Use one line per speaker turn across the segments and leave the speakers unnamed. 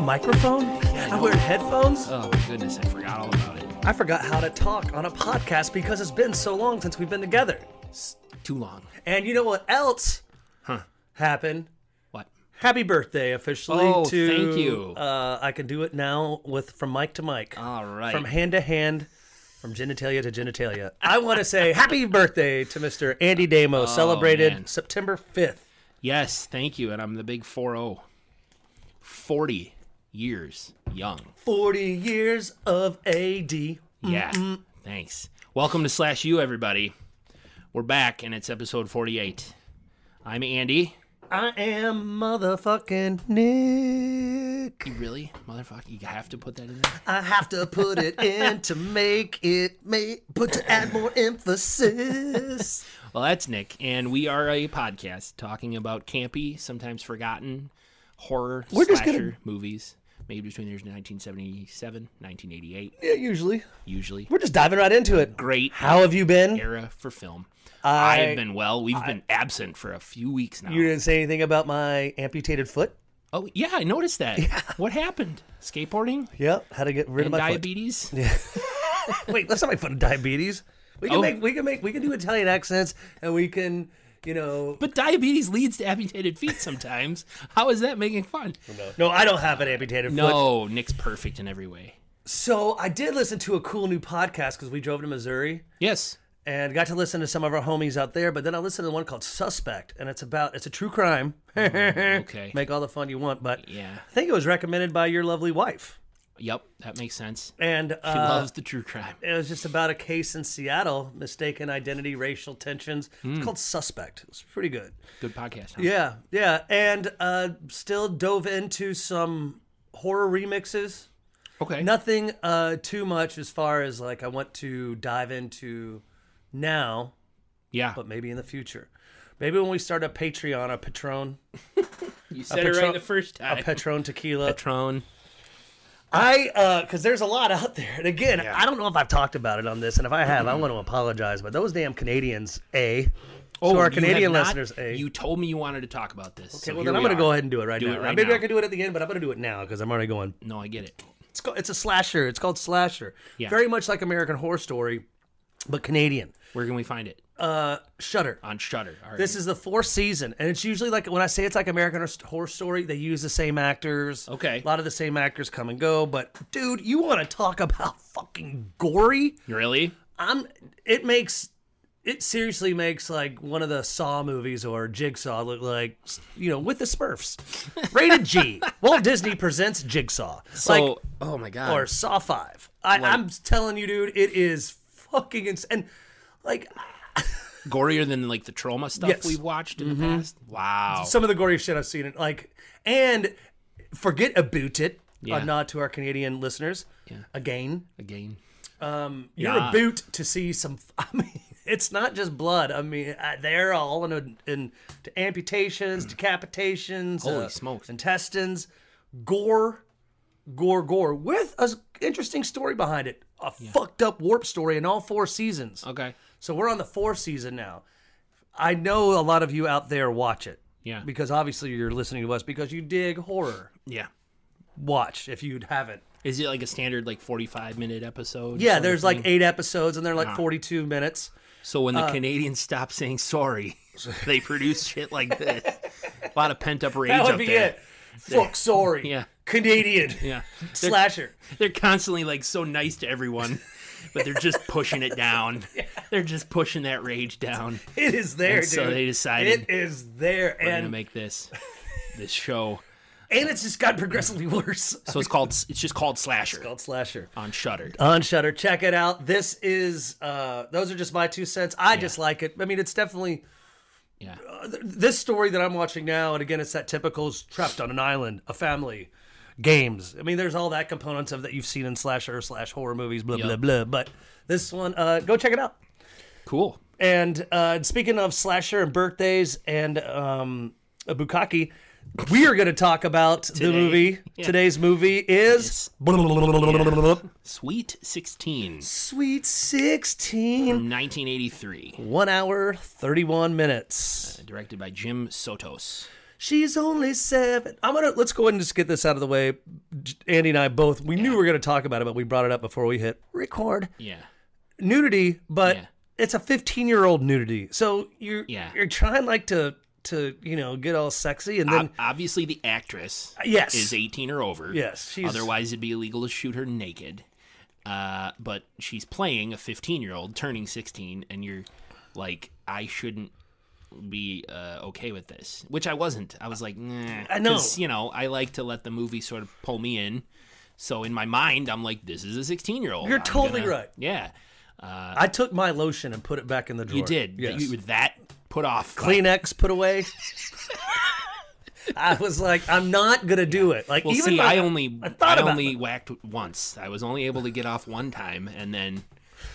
microphone? I'm wearing headphones?
Oh my goodness, I forgot all about it.
I forgot how to talk on a podcast because it's been so long since we've been together.
It's too long.
And you know what else
Huh.
happened?
What?
Happy birthday officially
Oh,
to
thank you.
Uh, I can do it now with from mic to mic.
All right.
From hand to hand, from genitalia to genitalia. I want to say happy birthday to Mr. Andy Damo, celebrated
Oh, man.
September 5th.
yes, thank you. And I'm the big 4 0. 40 years young.
40 years of AD.
Yeah. Thanks. Welcome to Slash U, everybody. We're back, and it's episode 48. I'm Andy.
I am motherfucking Nick.
You really? Motherfucker, you have to put that in there?
I have to put it in to make it make, but to add more emphasis.
Well, that's Nick, and we are a podcast talking about campy, sometimes forgotten horror
We're just
slasher
gonna-
movies made between the years 1977, 1988,
yeah, usually.
usually.
We're just diving right into it.
Great
How have you been?
era for film.
I-
have been well. We've been absent for a few weeks now.
You didn't say anything about my amputated foot?
Oh, yeah, I noticed that. What happened? Skateboarding
Yep. How to get rid
and
of my
diabetes?
foot. Wait, let's not make fun of diabetes. We can
Oh.
make we can make we can do Italian accents and we can, you know
But diabetes leads to amputated feet sometimes. How is that making fun?
No, I don't have an amputated foot.
No, Nick's perfect in every way.
So I did listen to a cool new podcast because we drove to Missouri
Yes.
and got to listen to some of our homies out there. But then I listened to one called Suspect, and it's about it's a true crime.
Mm, Okay.
Make all the fun you want, but
Yeah.
I think it was recommended by your lovely wife,
Yep, that makes sense.
and
He
uh,
loves the true crime.
it was just about a case in Seattle, mistaken identity, racial tensions.
Mm.
It's called Suspect. It's pretty good.
Good podcast. Huh?
Yeah, yeah, and uh, still dove into some horror remixes.
Okay.
Nothing uh, too much as far as like I want to dive into now,
yeah.
but maybe in the future. Maybe when we start a Patreon, a Patron,
You said
it right Patron- the
first
a Patron tequila.
Patron.
I, because there's a lot out there. And again, I don't know if I've talked about it on this. And if I have, I want to apologize. But those damn Canadians, A.
Oh,
to
you
our
have
Canadian
not-
listeners, A.
You told me you wanted to talk about this. Okay,
Okay, well, then I'm going to go ahead and do it right
Do
now.
it right
Maybe
now.
I could do it at the end, but I'm going to do it now because I'm already going.
No, I get it.
It's, called, it's a slasher. It's called Slasher.
Yeah.
Very much like American Horror Story, but Canadian.
Where can we find it?
Uh, Shudder.
On Shutter. All right.
This is the fourth season, and it's usually like when I say it's like American Horror Story, they use the same actors.
Okay.
a lot of the same actors come and go. But dude, you want to talk about fucking gory?
really?
I'm. It makes it seriously makes like one of the Saw movies or Jigsaw look like you know with the Smurfs. Rated G. Walt Disney presents Jigsaw. like
So, oh my god.
or Saw Five. I, I'm telling you, dude, it is fucking insane. And like
Gorier than like the trauma stuff
Yes. Mm-hmm.
we've watched in the past. Wow.
some of the gory shit I've seen. It like and forget about it.
Yeah.
A nod to our Canadian listeners. Again,
Again.
you're a boot to see some. I mean, it's not just blood. I mean, uh, they're all in, a, in to amputations, decapitations, uh,
Holy smokes.
intestines, gore, gore, gore, with an interesting story behind it. A fucked up warp story in all four seasons.
Okay.
So we're on the fourth season now. I know a lot of you out there watch it.
Yeah.
Because obviously you're listening to us because you dig horror.
Yeah.
Watch if you haven't.
Is it like a standard like 45 minute episode?
Yeah,
sort
there's
of
like uh,
thing?
eight episodes and they're like 42 minutes.
So when the Canadians stop saying sorry, they produce shit like this. A lot of pent up rage
That
up
would be
there.
it. Fuck, sorry.
Yeah.
Canadian.
Yeah.
Slasher.
They're constantly like so nice to everyone, but they're just pushing it down. They're just pushing that rage down.
It is there,
And
dude.
so they decided-
It is there.
We're gonna
And,
make this this show.
and it's just got progressively worse.
So it's called it's just called Slasher
Called Slasher.
on Shutter.
on Shutter. Check it out. This is uh those are just my two cents. I just like it. I mean, it's definitely
Yeah.
uh, th- this story that I'm watching now, and again, it's that typical s- trapped on an island, a family, games. I mean, there's all that components of that you've seen in slasher slash horror movies, blah blah
Yep.
blah. But this one, uh, go check it out.
Cool.
And uh, speaking of slasher and birthdays and um, uh, bukkake, we are going to talk about the movie. Today's movie is
Sweet 16
Sweet Sixteen.
from 1983,
One hour, 31 minutes.
directed by Jim Sotos.
She's only seven. I'm gonna let's go ahead and just get this out of the way. J- Andy and I both we knew we were gonna talk about it, but we brought it up before we hit record.
Yeah.
Nudity, but
Yeah.
it's a 15 year old nudity. So you're
Yeah.
you're trying like to to you know get all sexy and then
Ob- obviously, the actress
yes
is 18 or over.
yes she's
Otherwise, it'd be illegal to shoot her naked. Uh, but she's playing a 15 year old turning 16, and you're like, I shouldn't be uh, okay with this, which I wasn't. I was like, nah.
I know.
'Cause, You know, I like to let the movie sort of pull me in. So in my mind, I'm like, this is a 16 year old.
You're totally right.
Yeah.
I took my lotion and put it back in the drawer.
You did.
Yes.
You, that put off. by-
Kleenex put away. I was like, I'm not gonna do it. Like
Well,
even
see,
my-
I only I,
thought about
only whacked once. I was only able to get off one time, and then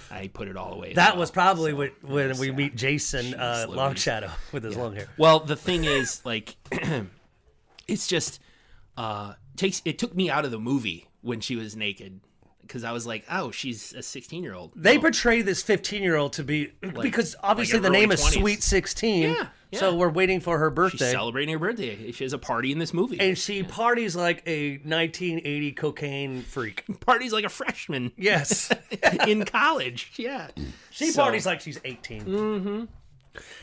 I put it all away. as
that
well.
was probably when, when we meet Jason uh,
Jeez Louise.
Long Shadow with his long hair.
Well, the thing is, like, it's just uh takes it took me out of the movie when she was naked because I was like, oh, she's a sixteen year old.
They portray this 15 year old to be because obviously
Oh. like
the name
early
is
20s.
Sweet 16.
Yeah,
So
yeah.
we're waiting for her
She's
birthday.
celebrating her birthday. She has a party in this movie.
And she parties like a 1980 cocaine freak.
parties like a freshman
Yes.
in college. Yeah,
She
So-
parties like she's 18. Mm-hmm.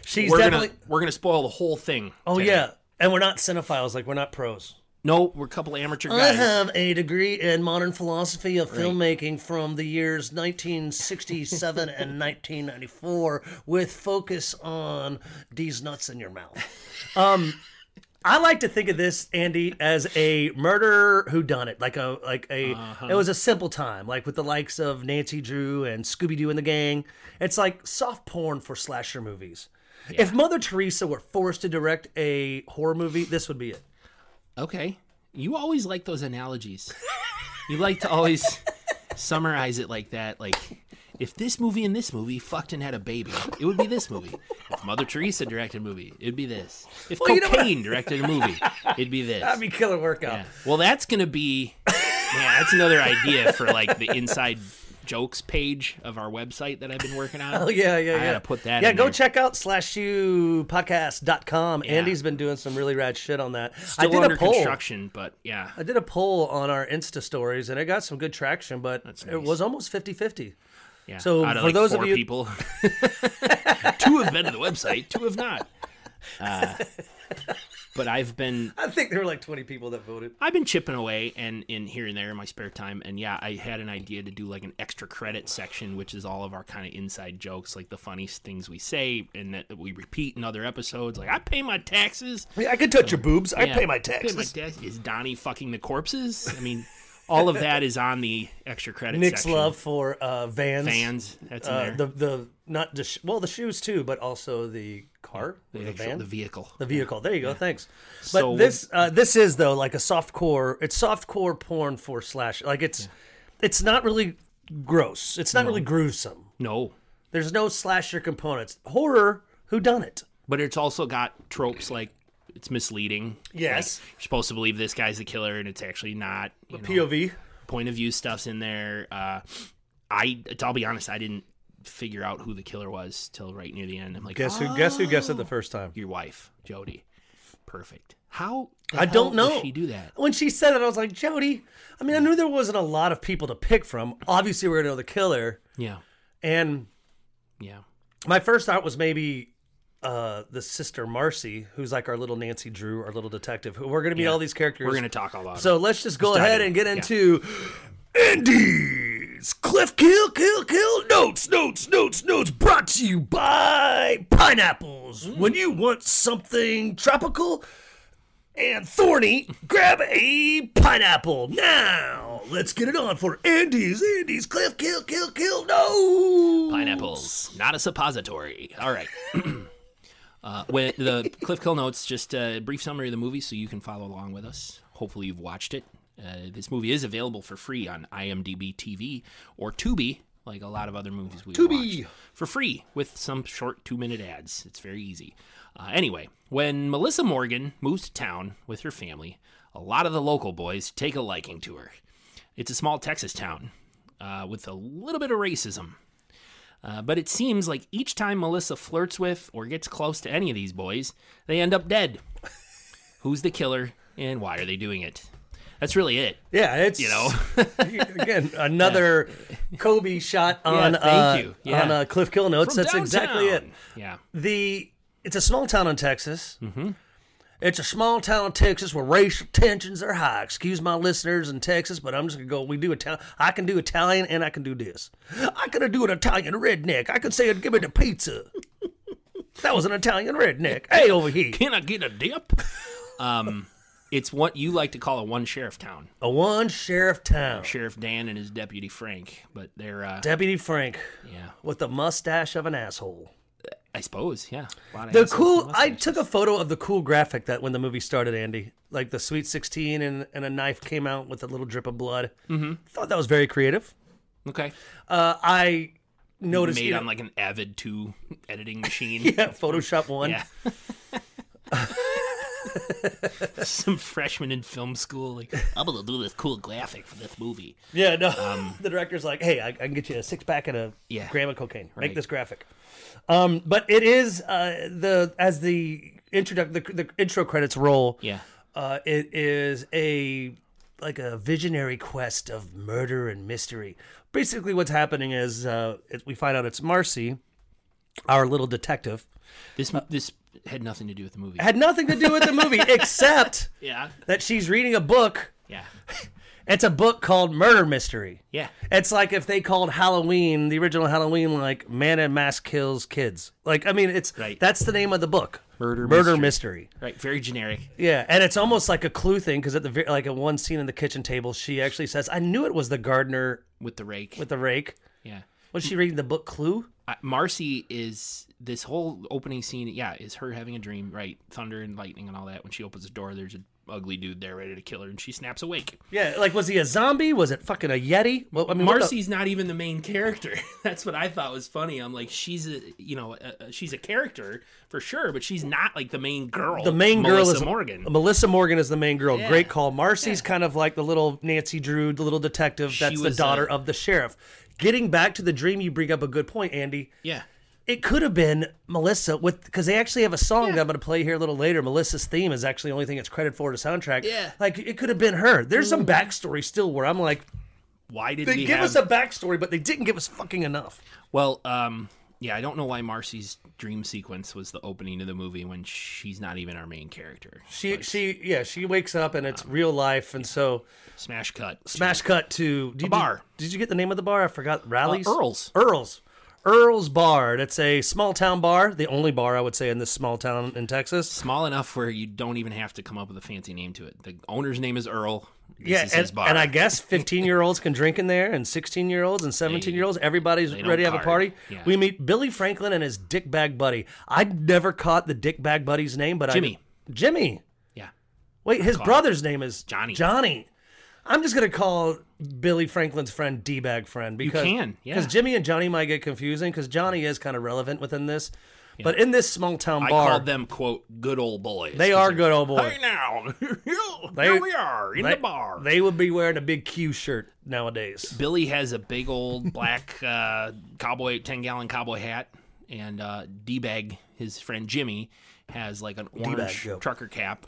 She's
we're
definitely.
gonna we're gonna spoil the whole thing.
oh,
today.
yeah. And we're not cinephiles. Like, we're not pros.
No, we're a couple of amateur
I
guys.
have a degree in modern philosophy of filmmaking from the years 1967 and 1994, with focus on these nuts in your mouth. Um, I like to think of this, Andy, as a murder who done it, like a like a. It was a simple time, like with the likes of Nancy Drew and Scooby Doo and the gang. It's like soft porn for slasher movies. If Mother Teresa were forced to direct a horror movie, this would be it.
Okay. You always like those analogies. you like to always summarize it like that. Like, if this movie and this movie fucked and had a baby, it would be this movie. If Mother Teresa directed a movie, it'd be this. If
you know what-
Cocaine directed a movie, it'd be this.
That'd be killer workout.
Yeah. Well, that's going to be. Man, that's another idea for like the inside jokes page of our website that I've been working on.
Oh yeah, yeah,
I
yeah.
gotta put that
Yeah,
in
go
there.
check out slash you podcast.com. Andy's been doing some really rad shit on that.
Still
I did
under
a poll.
construction, but yeah.
I did a poll on our Insta stories and it got some good traction, but it
nice.
was almost 50-50.
Yeah.
So,
Out of,
for
like,
those of
four
you-
people, two have been to the website, two have not. Uh, but I've been
I think there were like 20 people that voted.
I've been chipping away and in here and there in my spare time. And yeah, I had an idea to do like an extra credit section, which is all of our kind of inside jokes, like the funniest things we say and that we repeat in other episodes. Like I pay my taxes.
I, mean, I could touch your boobs. I pay
Yeah.
my
Pay my
taxes.
tax- Is Donnie fucking the corpses? I mean, all of that is on the extra credit.
Nick's
section.
love for uh, Vans.
fans. That's in
Uh,
there.
the the not the sh- well the shoes too, but also the car, the,
actual-
van,
the vehicle.
the vehicle. There you go. Thanks. But
So-
this uh, this is though like a soft core. It's soft core porn for slash. Like it's it's not really gross. It's not really gruesome.
no,
There's no slasher components. Horror. Who done it?
but it's also got tropes like it's misleading.
Yes.
Like, you're supposed to believe this guy's the killer and it's actually not. You know,
POV.
point of view stuff's in there. Uh, I, I'll be honest, I didn't figure out who the killer was till right near the end. I'm like,
Guess
"Oh,
who? Guess who guessed it the first time?
your wife, Jody. Perfect. How? the
I don't
hell does
know.
she do that.
When she said it, I was like, Jody. I mean, I knew there wasn't a lot of people to pick from. Obviously, we're gonna know the killer,
Yeah,
and
yeah.
my first thought was maybe uh the sister Marcy, who's like our little Nancy Drew, our little detective. Who we're gonna meet all these characters.
We're gonna talk all about it.
So let's just go ahead
in.
and get
Yeah.
into Andy's Cliff Kill Kill Kill Notes Notes Notes Notes. Brought to you by pineapples.
Mm.
When you want something tropical and thorny, grab a pineapple now. Let's get it on for Andy's Andy's Cliff Kill Kill Kill Notes.
Pineapples, not a suppository. All right. uh, when the Cliff Kill notes, just a brief summary of the movie, so you can follow along with us. Hopefully, you've watched it. Uh, this movie is available for free on IMDb TV or Tubi, like a lot of other movies we
Tubi.
watch, for free with some short two-minute ads. It's very easy. Uh, anyway, when Melissa Morgan moves to town with her family, a lot of the local boys take a liking to her. It's a small Texas town uh, with a little bit of racism uh, but it seems like each time Melissa flirts with or gets close to any of these boys, they end up dead. who's the killer, and why are they doing it. That's really it.
Yeah, it's
You know?
again another Kobe shot on
thank
uh,
you. Yeah.
on uh, Cliff Kill notes.
From
That's exactly it.
downtown. Yeah.
The it's a small town in Texas. Mm-hmm. It's a small town in Texas where racial tensions are high. Excuse my listeners in Texas, but I'm just gonna go. We do Italian. I can do Italian and I can do this. I can do an Italian redneck. I can say, "Give me the pizza." that was an Italian redneck. Hey, over here,
Can I get a dip? Um, it's what you like to call a one sheriff town.
a one sheriff town.
Sheriff Dan and his deputy Frank, but they're uh,
Deputy Frank
yeah,
with the mustache of an asshole.
I suppose yeah. A lot of
The
assholes with
cool. I
mustaches.
took a photo of the cool graphic that when the movie started, Andy, like the Sweet Sixteen and, and a knife came out with a little drip of blood. Mm-hmm. Thought that was very creative.
okay
Uh, I noticed
made
you know,
on like an Avid two editing machine.
yeah, Photoshop one.
Yeah. Some freshman in film school, like I'm gonna do this cool graphic for this movie.
Yeah, no. the director's like, "Hey, I, I can get you a six pack and a
Um, Yeah.
gram of cocaine. Make
Right.
this graphic." Um, but it is uh, the as the introduct the, the intro credits roll.
Yeah,
Uh, it is a like a visionary quest of murder and mystery. Basically, what's happening is uh, it, we find out it's Marcy, our little detective.
this this had nothing to do with the movie.
It had nothing to do with the movie except
Yeah,
that she's reading a book.
yeah,
It's a book called Murder Mystery.
yeah.
It's like if they called Halloween, the original Halloween, like Man in Mask Kills Kids. Like, I mean, it's
Right.
that's the name of the book.
Murder
Murder Mystery.
Mystery. Right, very generic.
Yeah, and it's almost like a clue thing because at the ve- like at one scene in the kitchen table, she actually says, "I knew it was the gardener
with the rake.
with the rake."
yeah.
Was she reading the book Clue?
I, Marcy is this whole opening scene. Yeah, is her having a dream, right? Thunder and lightning and all that. When she opens the door, there's an ugly dude there ready to kill her, and she snaps awake.
Yeah, like was he a zombie? Was it fucking a yeti? Well, I mean, what the-
Marcy's not even the main character. That's what I thought was funny. I'm like, she's a, you know, a, a- she's a character for sure, but she's not like the main girl.
the main girl
Melissa
is
Morgan.
Melissa Morgan is the main girl.
Yeah.
Great call. Marcy's kind of like the little Nancy Drew, the little detective. That's the
was, uh,
daughter of the sheriff. Getting back to the dream, you bring up a good point, Andy.
yeah,
It could have been Melissa with because they actually have a song that I'm going to play here a little later. Melissa's theme is actually the only thing it's credited for to soundtrack.
Yeah.
like it could have been her. There's some backstory still where I'm like,
why did
they
we
give
have?
us a backstory, but they didn't give us fucking enough.
well, um, yeah, I don't know why Marcy's dream sequence was the opening of the movie when she's not even our main character.
She she yeah she wakes up and it's real life, and so
Smash cut.
smash cut to did you-
bar.
Did you get the name of the bar? I forgot. Rallies.
Earl's.
Uh, Earl's. Earl's Bar. It's a small town bar, the only bar I would say in this small town in Texas.
small enough where you don't even have to come up with a fancy name to it. The owner's name is Earl. This
Yeah,
is his
and,
bar.
and I guess 15 year olds can drink in there, and 16 year olds and 17 year olds. Everybody's
don't
ready to have a party.
card. Yeah.
We meet Billy Franklin and his dickbag buddy. I never caught the dickbag buddy's name, but
Jimmy.
I. Jimmy.
yeah,
Wait, his brother's name is
Johnny.
Johnny. I'm just gonna call Billy Franklin's friend D-bag friend because
can, yeah.
because Jimmy and Johnny might get confusing because Johnny is kind of relevant within this, but in this small town
I
bar,
called them quote good old boys.
they are good old boy.
Hey now,
They-
here we are in
They-
the bar.
They would be wearing a big Q shirt nowadays.
Billy has a big old black uh, cowboy, ten gallon cowboy hat, and uh, D bag. His friend Jimmy has like an orange
yeah.
trucker cap.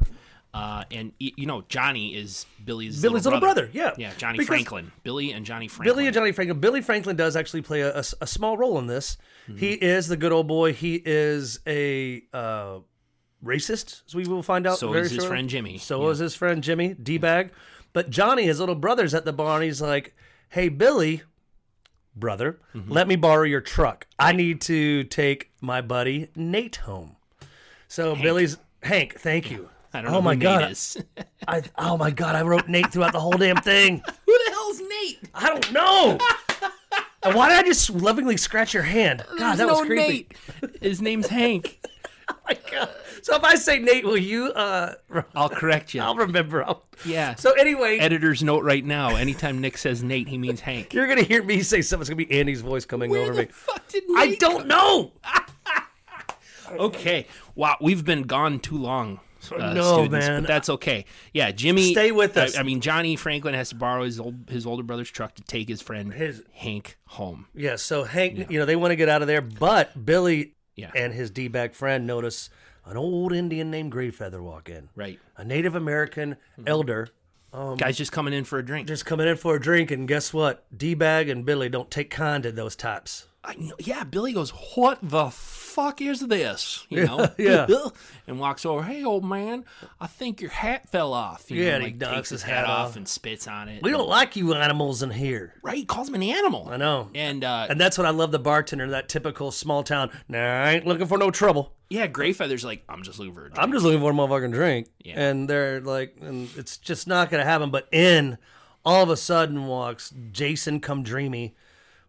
Uh, and y- you know Johnny is Billy's
Billy's
little
little
brother.
brother, yeah.
yeah Johnny
Because-
Franklin, Billy and Johnny Franklin.
Billy and Johnny Franklin. Billy Franklin does actually play a, a s- a small role in this.
Mm-hmm.
He is the good old boy. He is a uh, racist, as we will find out.
So
very
is his
shortly.
friend Jimmy.
So is his friend Jimmy D bag. But Johnny, his little brother's at the bar, and he's like, "Hey, Billy, brother,
Mm-hmm.
let me borrow your truck. I need to take my buddy Nate home." So Billy's Hank. Thank you.
I don't
oh
know
my
who Nate
god!
is.
I, oh my god! I wrote Nate throughout the whole damn thing.
Who the hell's Nate?
I don't know. and why did I just lovingly scratch your hand? God,
There's
that
no
was creepy.
Nate. His name's Hank.
My God. So if I say Nate, will you? Uh, re-
I'll correct you.
I'll remember. I'll...
yeah.
So anyway,
Editor's note right now: anytime Nick says Nate, he means Hank.
you're gonna hear me say something. It's gonna be Andy's voice coming over me.
fuck did
I don't know.
Okay. Wow, we've been gone too long. uh,
Oh, No,
students,
man.
But that's okay. Yeah, Jimmy.
Stay with us.
I, I mean, Johnny Franklin has to borrow his old his older brother's truck to take his friend
His-
Hank home.
Yeah. So Hank, you know, they want to get out of there, but Billy
Yeah.
and his d bag friend notice an old Indian named Greyfeather walk in.
Right. Mm-hmm.
A Native American elder
Guy's just coming in for a drink.
Um, just coming in for a drink, and guess what? D Bag and Billy don't take kind to those types.
I know- yeah, Billy goes, "What the fuck is this?" You know,
yeah.
and walks over. Hey, old man, I think your hat fell off. You
Yeah,
know,
and he
like,
knocks
takes
his
his hat
hat
off,
off.
and spits on it.
We don't like you animals in here.
right? Calls him an animal.
I know.
And uh,
And that's what I love the bartender, that typical small town. Nah, I ain't looking for no trouble.
yeah, Greyfeather's like, "I'm just looking for a drink."
I'm just looking for a motherfucking drink.
Yeah.
And they're like, and it's just not going to happen. But in, all of a sudden walks Jason Come Dreamy.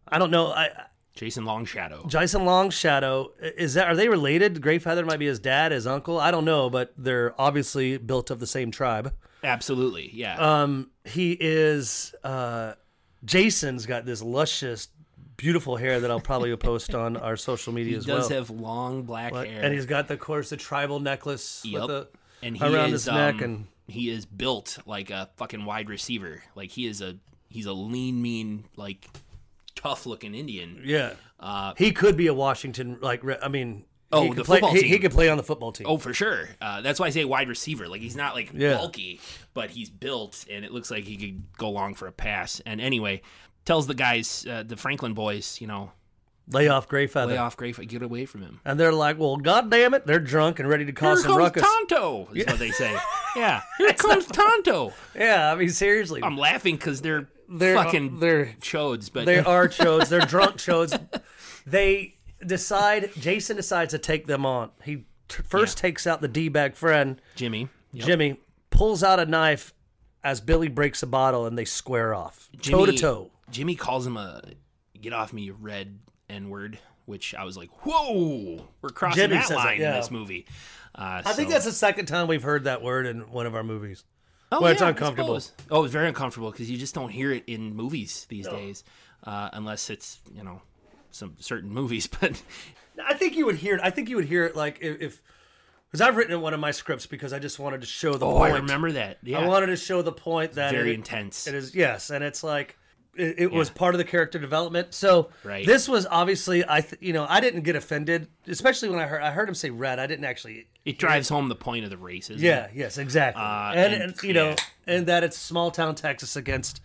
I don't know. I,
Jason Longshadow.
Jason Long Shadow is that? Are they related? Greyfeather might be his dad, his uncle. I don't know, but they're obviously built of the same tribe.
Absolutely. Yeah.
Um, he is. Uh, Jason's got this luscious, beautiful hair that I'll probably post on our social media
he
as
does
well.
have long black hair.
and he's got the, of course, the tribal necklace
Yep.
with the
and he
around
is,
his neck
um,
and-
he is built like a fucking wide receiver. Like he is a he's a lean, mean, like tough looking Indian.
yeah.
Uh,
He could be a Washington like. re- I mean,
Oh,
he
the
could play,
football
he,
team.
he could play on the football team.
oh, for sure. Uh, that's why I say wide receiver. Like he's not like
Yeah.
bulky, but he's built, and it looks like he could go long for a pass. And anyway, tells the guys, uh, the Franklin boys, you know,
lay off Greyfeather,
lay off Greyfeather, get away from him.
and they're like, "Well, god damn it, they're drunk and ready to
Here
cause some
comes
ruckus."
Tonto, is what they say. yeah, here comes Tonto.
Yeah, I mean, seriously,
I'm laughing because they're,
They're- uh,
fucking
they're- uh,
chodes, but
They are chodes. They're drunk chodes. They decide. Jason decides to take them on. He t- first takes out the d bag friend
Jimmy. Yep.
Jimmy, pulls out a knife as Billy breaks a bottle, and they square off toe to
Jimmy-
toe.
Jimmy calls him a "get off me, you red n word," which I was like, "Whoa, we're crossing
Jimmy
that
says it,
line in
yeah.
this movie." Uh,
I think that's the second time we've heard that word in one of our movies. where it's uncomfortable.
Oh, it's very uncomfortable because you just don't hear it in movies these days, uh, unless it's you know some certain movies. But
I think you would hear it. I think you would hear it like if- if because I've written in one of my scripts because I just wanted to show the
oh,
point.
I remember that. Yeah,
I wanted to show the point that
very
it-
intense.
It is yes, and it's like it, it was part of the character development. So
Right.
this was obviously I th- you know I didn't get offended, especially when I heard I heard him say red. I didn't actually.
It drives home the point of the race. Isn't
Yeah.
it?
Yes. Exactly.
Uh,
and,
and-
and, you know,
yeah.
and that it's small town Texas against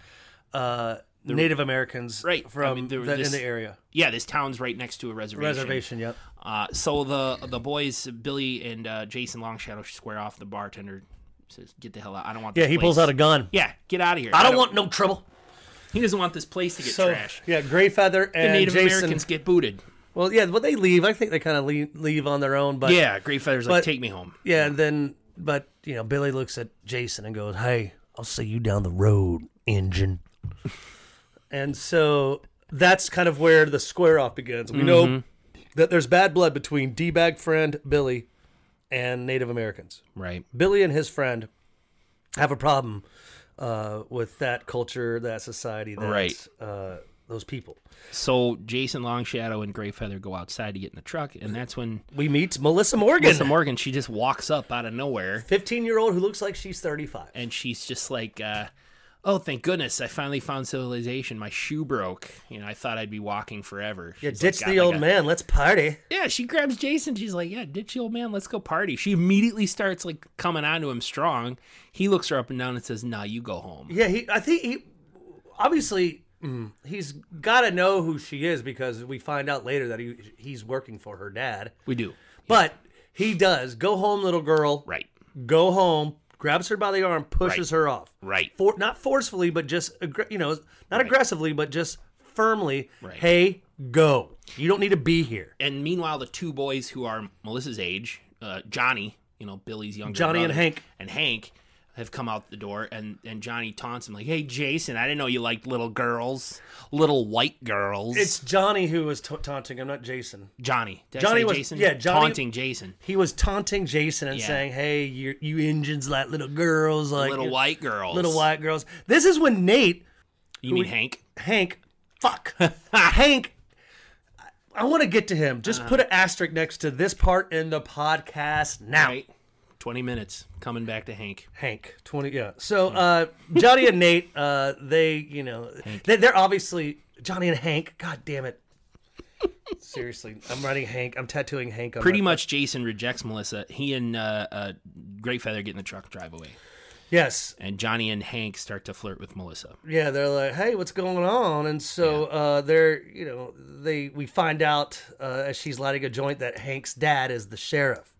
uh, Native Americans
Right, I
from
mean, there was
the,
this-
in the area
yeah. This town's right next to a
reservation. Yep.
Uh, so the the boys Billy and uh, Jason Longshadow square off. The bartender says, "Get the hell out! I don't want." This
Yeah. He
place.
pulls out a gun.
Yeah, get out of here.
I don't want no trouble.
He doesn't want this place to get
So
trashed.
yeah, Greyfeather
The
and
Native
Jason.
Americans get booted.
Well, yeah, well they leave. I think they kind of leave, leave on their own, but
Yeah, Greyfeather's like,
but-
"Take me home."
Yeah, and then but you know Billy looks at Jason and goes, "Hey, I'll see you down the road, engine." and so that's kind of where the square off begins. We know
Mm-hmm.
that there's bad blood between D-bag friend Billy and Native Americans.
Right.
Billy and his friend have a problem uh, with that culture, that society, that
Right.
uh, those people.
So Jason Longshadow and Greyfeather go outside to get in the truck, and that's when
We meet Melissa Morgan,
Lisa Morgan she just walks up out of nowhere,
15-year-old who looks like she's 35.
and she's just like. Uh, Oh, thank goodness! I finally found civilization. My shoe broke. You know, I thought I'd be walking forever.
Yeah,
She's like,
ditch
got
the
like
old
a-
man. Let's party.
Yeah, she grabs Jason. She's like, "Yeah, ditch the old man. Let's go party." She immediately starts like coming onto him strong. He looks her up and down and says, "Nah, you go home."
Yeah, he. I think he. Obviously, he's got to know who she is because we find out later that he he's working for her dad.
We do
But he does go home, little girl.
right,
Go home. Grabs her by the arm, pushes her off.
right,
For not forcefully, but just aggr- you know, not aggressively, but just firmly.
Right.
Hey, go. You don't need to be here.
and meanwhile, the two boys who are Melissa's age, uh, Johnny, you know Billy's younger,
Johnny and
brother,
Hank.
and Hank have come out the door, and and Johnny taunts him like, "Hey, Jason, I didn't know you liked little girls, little white girls."
It's Johnny who was ta taunting him, not Jason.
Johnny. Did I
Johnny
say
was-
Jason,
yeah, Johnny-
taunting Jason,
He was taunting Jason and
Yeah.
saying, "Hey, you you engines like little girls, like
little white girls,
little white girls." This is when Nate
You mean Hank?
Hank, fuck, Hank. I- I want to get to him. Just put an
Uh-huh.
asterisk next to this part in the podcast now.
Right. Twenty minutes coming back to Hank.
Hank, twenty, yeah. So uh, Johnny and Nate, uh, they, you know, they, they're obviously Johnny and Hank. God damn it, Seriously, I'm writing Hank. I'm tattooing Hank. On
Pretty
my-
much, Jason rejects Melissa. He and uh, uh, Great Feather get in the truck and drive away.
Yes.
And Johnny and Hank start to flirt with Melissa.
Yeah, they're like, "Hey, what's going on?" And so uh, they're, you know, they we find out uh, as she's lighting a joint that Hank's dad is the sheriff.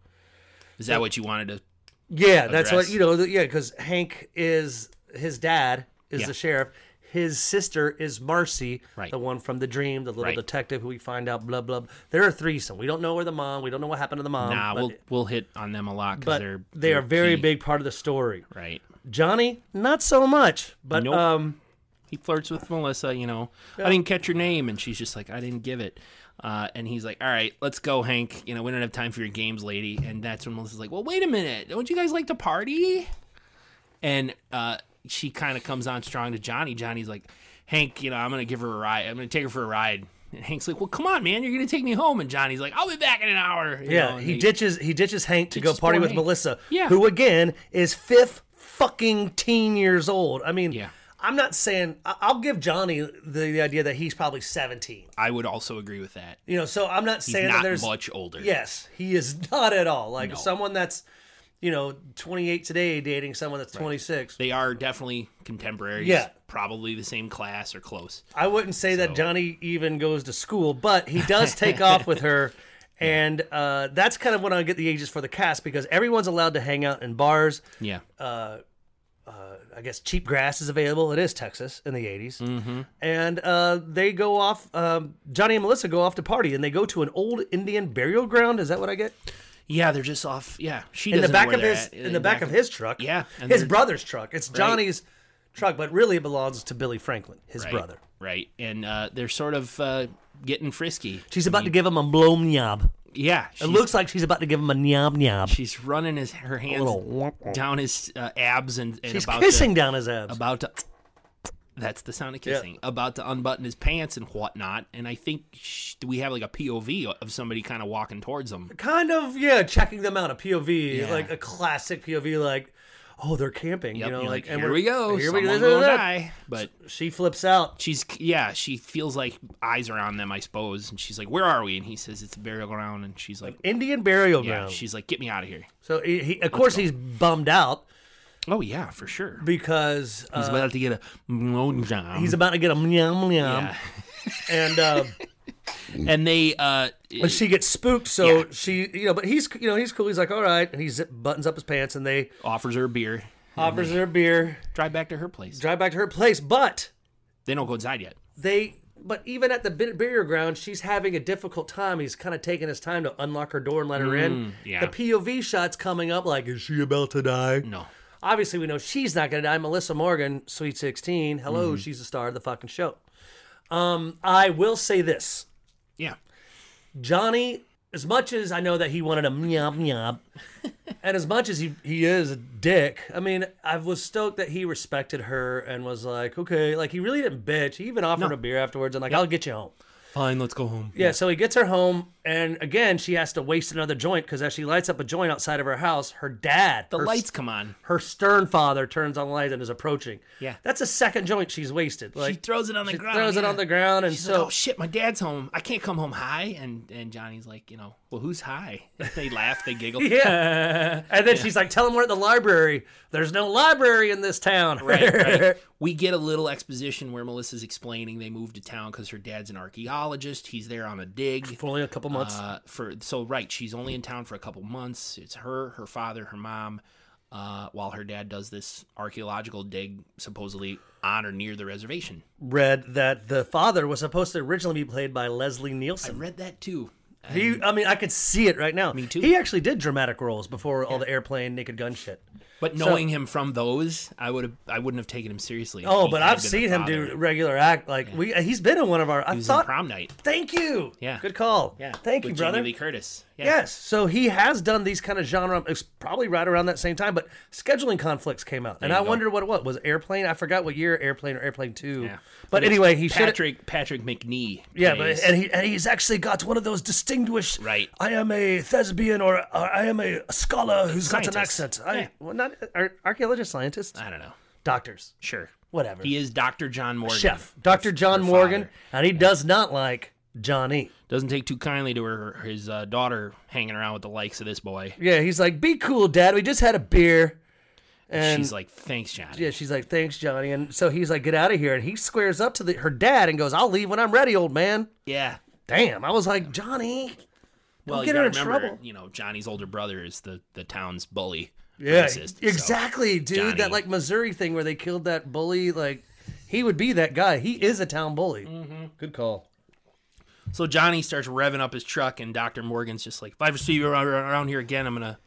Is that what you wanted to?
Yeah, that's what
Address.
you know. The, yeah, because Hank is his dad is
Yeah.
the sheriff. His sister is Marcy,
Right.
the one from the dream, the little
Right.
detective who we find out. Blah blah. They're a threesome. We don't know where the mom. We don't know what happened to the mom.
nah,
um, but,
we'll we'll hit on them a lot because
but
they're
they
they're
are very
key,
big part of the story.
Right.
Johnny, not so much. But
Nope.
um,
Uh, He flirts with Melissa. You know, I didn't catch your name, and she's just like, I didn't give it. Uh, and he's like, All right, let's go, Hank. You know, we don't have time for your games, lady. And that's when Melissa's like, Well, wait a minute. Don't you guys like to party? And uh, she kind of comes on strong to Johnny. Johnny's like, Hank, you know, I'm gonna give her a ride. I'm gonna take her for a ride. And Hank's like, Well, come on, man. You're gonna take me home. And Johnny's like, I'll be back in an hour. you know,
yeah,
and
he
they-
ditches he ditches Hank to go
ditches
party
poor
with
Hank.
Melissa,
Yeah.
who again is fifth fucking teen years old. I mean,
Yeah.
I'm not saying I- I'll give Johnny the, the idea that he's probably 17.
I would also agree with that.
You know, so I'm not
He's
saying that
not
there's
much older.
yes, he is not at all like
No.
someone that's you know 28 today dating someone that's 26.
They are definitely contemporaries.
Yeah.
Probably the same class or close.
I wouldn't say that Johnny even goes to school, but he does take off with her. And uh, that's kind of when I get the ages for the cast because everyone's allowed to hang out in bars.
Yeah.
I guess cheap grass is available. It is Texas in the 80s. Mm-hmm. And uh, they go off, um, Johnny and Melissa go off to party and they go to an old Indian burial ground. Is that what I get?
yeah, they're just off. Yeah. She
In the
doesn't know
back
where
of
they're
his
at.
in the back of his truck.
Yeah, and
His
they're-
brother's truck. It's Johnny's truck, but really it belongs to Billy Franklin, his
right,
brother.
Right. And uh, they're sort of uh, getting frisky.
She's about to give him a blow nyab.
Yeah. She's,
It looks like she's about to give him a nyab nyab.
she's running his her hands down his uh, abs and, and
She's
about
kissing
To,
down his abs.
about to. That's the sound of kissing. About to unbutton his pants and whatnot, and I think sh- do we have like a POV of somebody kind of walking towards him.
kind of, yeah, checking them out. A POV,
Yeah.
like a classic POV, like, oh, they're camping.
Yep,
you know,
you're
like,
like,
and
here
we're-
we go.
Here we
Someone
go.
will die. But
She flips out.
she's yeah she feels like eyes are on them i suppose and she's like where are we and he says it's a burial ground and she's like
Indian burial
yeah
ground.
she's like get me out of here
so he, he of course, he's bummed out
oh yeah for sure
because uh,
he's about to get a blowjob.
he's about to get a meow meow, and uh,
and they uh
but she gets spooked. So
Yeah.
she, you know, but he's, you know, he's cool. He's like, all right, and he zip, buttons up his pants, and they
offers her a beer
offers her a beer,
drive back to her place
drive back to her place, but.
they don't go inside yet
they but even at the bit- burial ground she's having a difficult time he's kind of taking his time to unlock her door and let her in
yeah.
the pov shots coming up like is she about to die
no
obviously we know she's not going to die melissa morgan sweet 16 hello she's the star of the fucking show um i will say this
yeah
johnny as much as i know that he wanted a meow meow and as much as he, he is a dick i mean i was stoked that he respected her and was like okay like he really didn't bitch he even offered a beer afterwards and like i'll get you home
fine let's go home
yeah, so he gets her home, and again, she has to waste another joint because as she lights up a joint outside of her house, her dad,
the
her,
lights come on
her stern father, turns on the light and is approaching.
Yeah.
that's a second joint she's wasted. Like
she throws it on the ground
throws it
yeah.
on the ground, and
She's
so
like, oh shit, my dad's home. I can't come home high. And and Johnny's like, you know, well, who's high? they laugh, they giggle.
yeah, and then she's like, "Tell him we're at the library. There's no library in this town."
right, right. We get a little exposition where Melissa's explaining they moved to town because her dad's an archaeologist. He's there on a dig.
For only a couple months.
Uh, for so right, she's only in town for a couple months. It's her, her father, her mom, uh, while her dad does this archaeological dig, supposedly on or near the reservation.
Read that the father was supposed to originally be played by Leslie
I
Nielsen.
read that too. I-
He, I mean, I could see it right now. Me
too.
He actually did dramatic roles before all the airplane, naked gun shit.
but knowing him from those, I would have, I wouldn't have taken him seriously. if
Oh,
he
but
had
I've
been the
seen him do
father.
regular act. Like we, he's been in one of our. I
He was in
thought.
prom night.
Thank you.
Yeah.
Good call.
Yeah,
Thank you,
with
brother.
Jamie Lee Curtis. Yeah.
Yes. So he has done these kind of genre. It's probably right around that same time, but scheduling conflicts came out, and I wonder what it was. Was Airplane? I forgot what year Airplane or Airplane Two.
Yeah.
But anyway, he should.
Patrick Patrick McNee.
Yeah, but
plays-
and he and he's actually got one of those distinguished.
Right.
I am a thespian or, or I am a scholar who's got an
Scientist.
accent. I
Yeah. Uh,
well, not ar- archaeologist, scientist,
I don't know.
doctors,
Sure.
whatever.
He is Dr. John Morgan.
chef, Dr. John Morgan,
father.
and he does not like Johnny.
Doesn't take too kindly to her his uh, daughter hanging around with the likes of this boy.
Yeah, he's like, "Be cool, Dad. We just had a beer." And
She's like, "Thanks, Johnny."
yeah, she's like, "Thanks, Johnny." And so he's like, "Get out of here!" And he squares up to the, her dad and goes, "I'll leave when I'm ready, old man."
Yeah.
Damn, I was like, Johnny.
Well,
get
you
her
gotta
in
remember,
trouble.
you know, Johnny's older brother is the the town's bully.
Yeah,
racist, so-
exactly, dude.
Johnny.
That like Missouri thing where they killed that bully. Like, he would be that guy. He is a town bully. Good call.
So Johnny starts revving up his truck, and Dr. Morgan's just like, if I ever see you ar- ar- around here again, I'm going to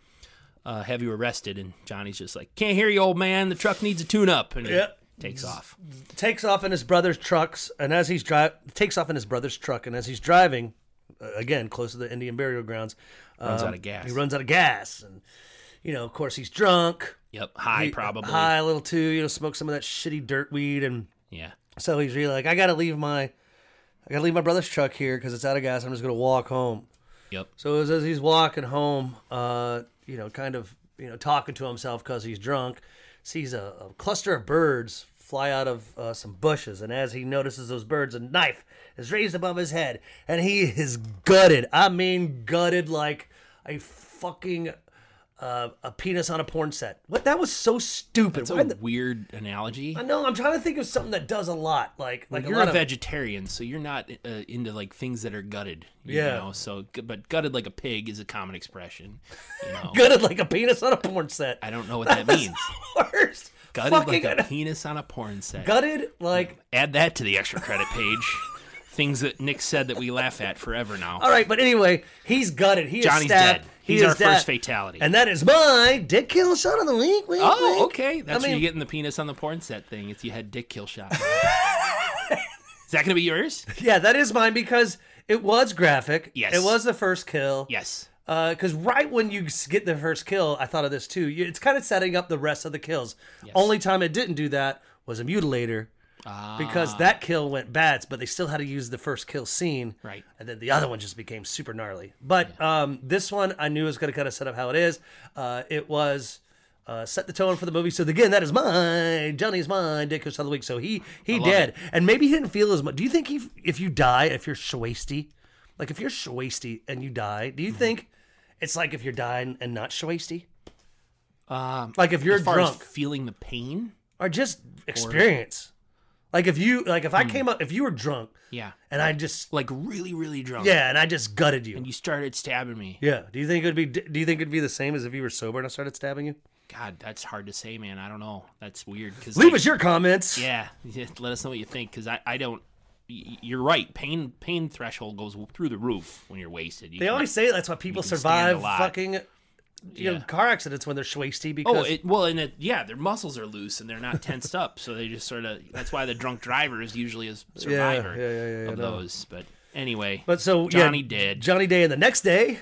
uh, have you arrested. And Johnny's just like, can't hear you, old man. The truck needs a tune up. And he
Yeah.
takes off.
Takes off in his brother's trucks, and as he's drive, takes off in his brother's truck, and as he's driving, uh, again close to the Indian burial grounds,
Runs
um,
out of gas.
He runs out of gas, and you know, of course, he's drunk. uh,
Yep. High, probably.
high a little too. You know, smoke some of that shitty dirt weed, and
Yeah.
so he's really like, I gotta leave my, I gotta leave my brother's truck here because it's out of gas. I'm just gonna walk home.
Yep.
So as, as he's walking home, uh, you know, kind of you know talking to himself because he's drunk, sees a, a cluster of birds fly out of uh, some bushes, and as he notices those birds, a knife is raised above his head, and he is gutted. I mean, gutted like a fucking. Uh, a penis on a porn set. What? That was so stupid.
It's a
Why the-
weird analogy.
I know. I'm trying to think of something that does a lot, like like
You're
a lot
a
of
vegetarian, so you're not uh, into like things that are gutted. You
Yeah.
Know? So, gu- but gutted like a pig is a common expression. You know,
gutted like a penis on a porn set.
I don't know what that means.
Worst.
Gutted
fucking
like a penis on a porn set.
gutted like
Add that to the extra credit page. Things that Nick said that we laugh at forever now.
All right, but anyway, he's gutted. He
Johnny's
is stabbed.
dead.
He
He's
is
our first
dead.
fatality.
And that is my dick kill shot of the week. week,
oh,
week.
okay. That's
I
where
mean-
you get in the penis on the porn set thing. It's you had dick kill shot. is that gonna be yours?
Yeah, that is mine because it was graphic.
Yes.
it was the first kill.
Yes.
because Uh, right when you s- get the first kill, I thought of this too. You- It's kind of setting up the rest of the kills. Only time it didn't do that was a mutilator. because that kill went bad, but they still had to use the first kill scene.
Right.
And then the other one just became super gnarly. But um, this one I knew was going to kind of set up how it is. Uh, it was. Uh, set the tone for the movie. So again, that is mine. Johnny's mine. Dick goes to the week. So he he did, and maybe he didn't feel as much. Do you think he, if you die, if you're shwasty, like if you're shwasty and you die, do you
Mm-hmm.
think it's like if you're dying and not shwasty? Um, like if you're
As far
drunk,
as feeling the pain.
or just experience. Like if you like if I came up if you were drunk
Yeah.
and I just
Hmm. Like really, really drunk.
yeah and I just gutted you.
And you started stabbing me.
yeah. Do you think it would be do you think it'd be the same as if you were sober and I started stabbing you?
God, that's hard to say, man. I don't know. That's weird. Cause
Leave
like,
us your comments.
Yeah, yeah, let us know what you think because I, I don't. y- You're right. Pain pain threshold goes through the roof when you're wasted. You
They
can't-
always say that's why people
can stand a
survive
lot.
fucking you
Yeah.
know car accidents when they're shwasty because
Oh, it, well, and it, yeah, their muscles are loose and they're not tensed up, so they just sort of. That's why the drunk driver is usually a survivor
yeah, yeah, yeah,
of those. But anyway,
but so yeah,
Johnny did.
Johnny Day and the next day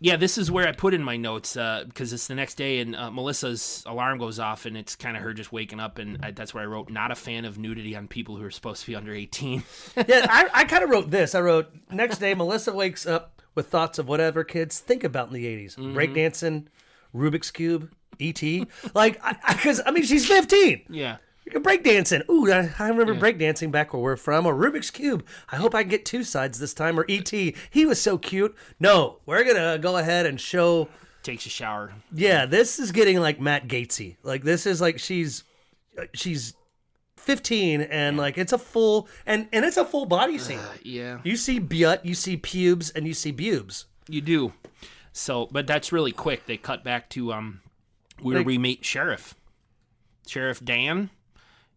Yeah, this is where I put in my notes because it's the next day, and uh, Melissa's alarm goes off, and it's kind of her just waking up, and I, that's where I wrote, "Not a fan of nudity on people who are supposed to be under 18."
yeah, I, I kind of wrote this. I wrote next day Melissa wakes up with thoughts of whatever kids think about in the 80s breakdancing, Rubik's Cube, E.T. like, because I, mean, she's 15.
yeah.
You're breakdancing. Ooh, I, I remember breakdancing back where we're from, or Rubik's Cube. I hope I can get two sides this time, or E.T. He was so cute. No, we're going to go ahead and show.
Takes a shower.
Yeah, this is getting like Matt Gatesy. Like, this is like she's, uh, she's. 15 and like it's a full and and it's a full body scene
Yeah.
you see butt, you see pubes, and you see bubes.
You do. So, but that's really quick. They cut back to um where
Like-
we meet Sheriff. Sheriff Dan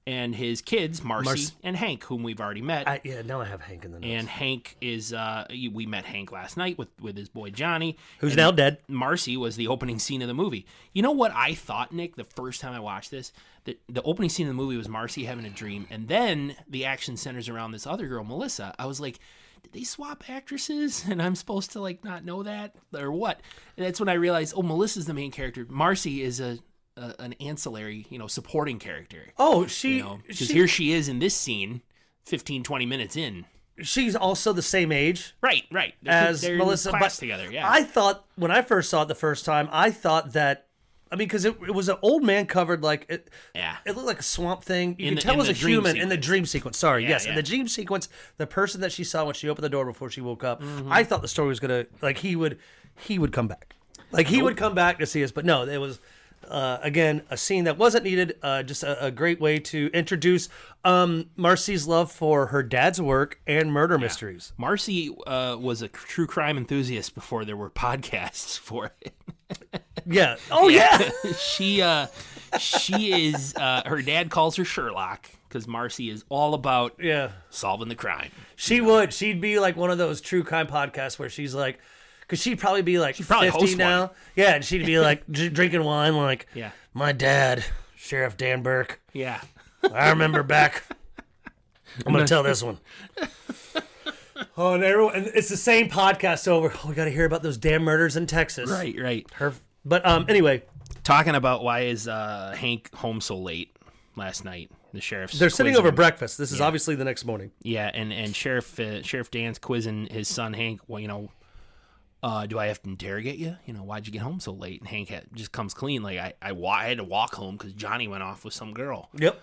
and his kids, Marcy,
Marcy.
and Hank, whom we've already met.
I, yeah, now I have Hank in the notes.
and Hank is uh you- we met Hank last night with with his boy Johnny.
Who's now dead?
Marcy was the opening scene of the movie. You know what I thought, Nick, the first time I watched this? That the opening scene of the movie was Marcy having a dream, and then the action centers around this other girl, Melissa. I was like, did they swap actresses? And I'm supposed to like not know that or what? And that's when I realized, oh, Melissa's the main character. Marcy is a, a an ancillary, you know, supporting character.
Oh, she,
You know, because
she
here she is in this scene, 15, 20 minutes in.
she's also the same age
Right, right. They're,
as
they're in
Melissa.
class
but
together. Yeah,
I thought when I first saw it the first time, I thought that I mean, because it, it was an old man covered like it,
Yeah.
it looked like a swamp thing. You
In
can
the-
tell
in
it was
the
a
dream
human in the
sequence.
dream sequence. Sorry, yes, in
yeah.
the dream sequence, the person that she saw when she opened the door before she woke up,
Mm-hmm.
I thought the story was gonna like he would he would come back, like he would come back to see us. But no, it was uh, again a scene that wasn't needed. Uh, just a, a great way to introduce um, Marcy's love for her dad's work and murder mysteries.
Marcy uh, was a true crime enthusiast before there were podcasts for it.
Yeah. Oh yeah.
she uh, she is uh, her dad calls her Sherlock because Marcy is all about
yeah.
solving the crime.
She would. She'd be like one of those true crime podcasts where she's like, because she'd probably be like
probably
50
host
now.
one.
Yeah, and she'd be like dr- drinking wine, like,
Yeah.
my dad, Sheriff Dan Burke,
Yeah.
I remember back. I'm going to tell this one. Oh, and everyone, and it's the same podcast over. Oh, we got to hear about those damn murders in Texas.
Right, right.
Her, but um, anyway,
Talking about why is uh, Hank home so late last night? The sheriff's
they're sitting
quizzing-
over breakfast. This is obviously the next morning.
Yeah, and and Sheriff uh, Sheriff Dan's quizzing his son Hank. Well, you know, uh, do I have to interrogate you? You know, why'd you get home so late? And Hank ha- just comes clean. Like I I, wa- I had to walk home because Johnny went off with some girl.
Yep.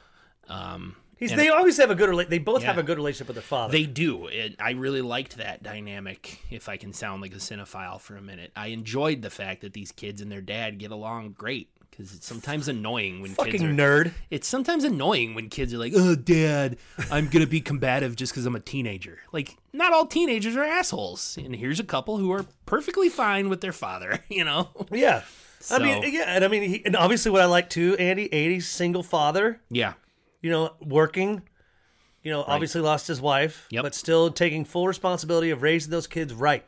Um, He's, they always have a good rela- They both have
Yeah.
a good relationship with their father.
They do. And I really liked that dynamic. If I can sound like a cinephile for a minute, I enjoyed the fact that these kids and their dad get along great. Because it's sometimes annoying when kids
Fucking
are
nerd.
it's sometimes annoying when kids are like, "Oh, dad, I'm gonna be combative just because I'm a teenager." Like, not all teenagers are assholes, and here's a couple who are perfectly fine with their father. You know?
Yeah. I
So-
mean, yeah, and I mean, he, and obviously, what I like too, Andy, 80s single father,
Yeah,
you know, working, you know, obviously lost his wife,
Yep.
but still taking full responsibility of raising those kids right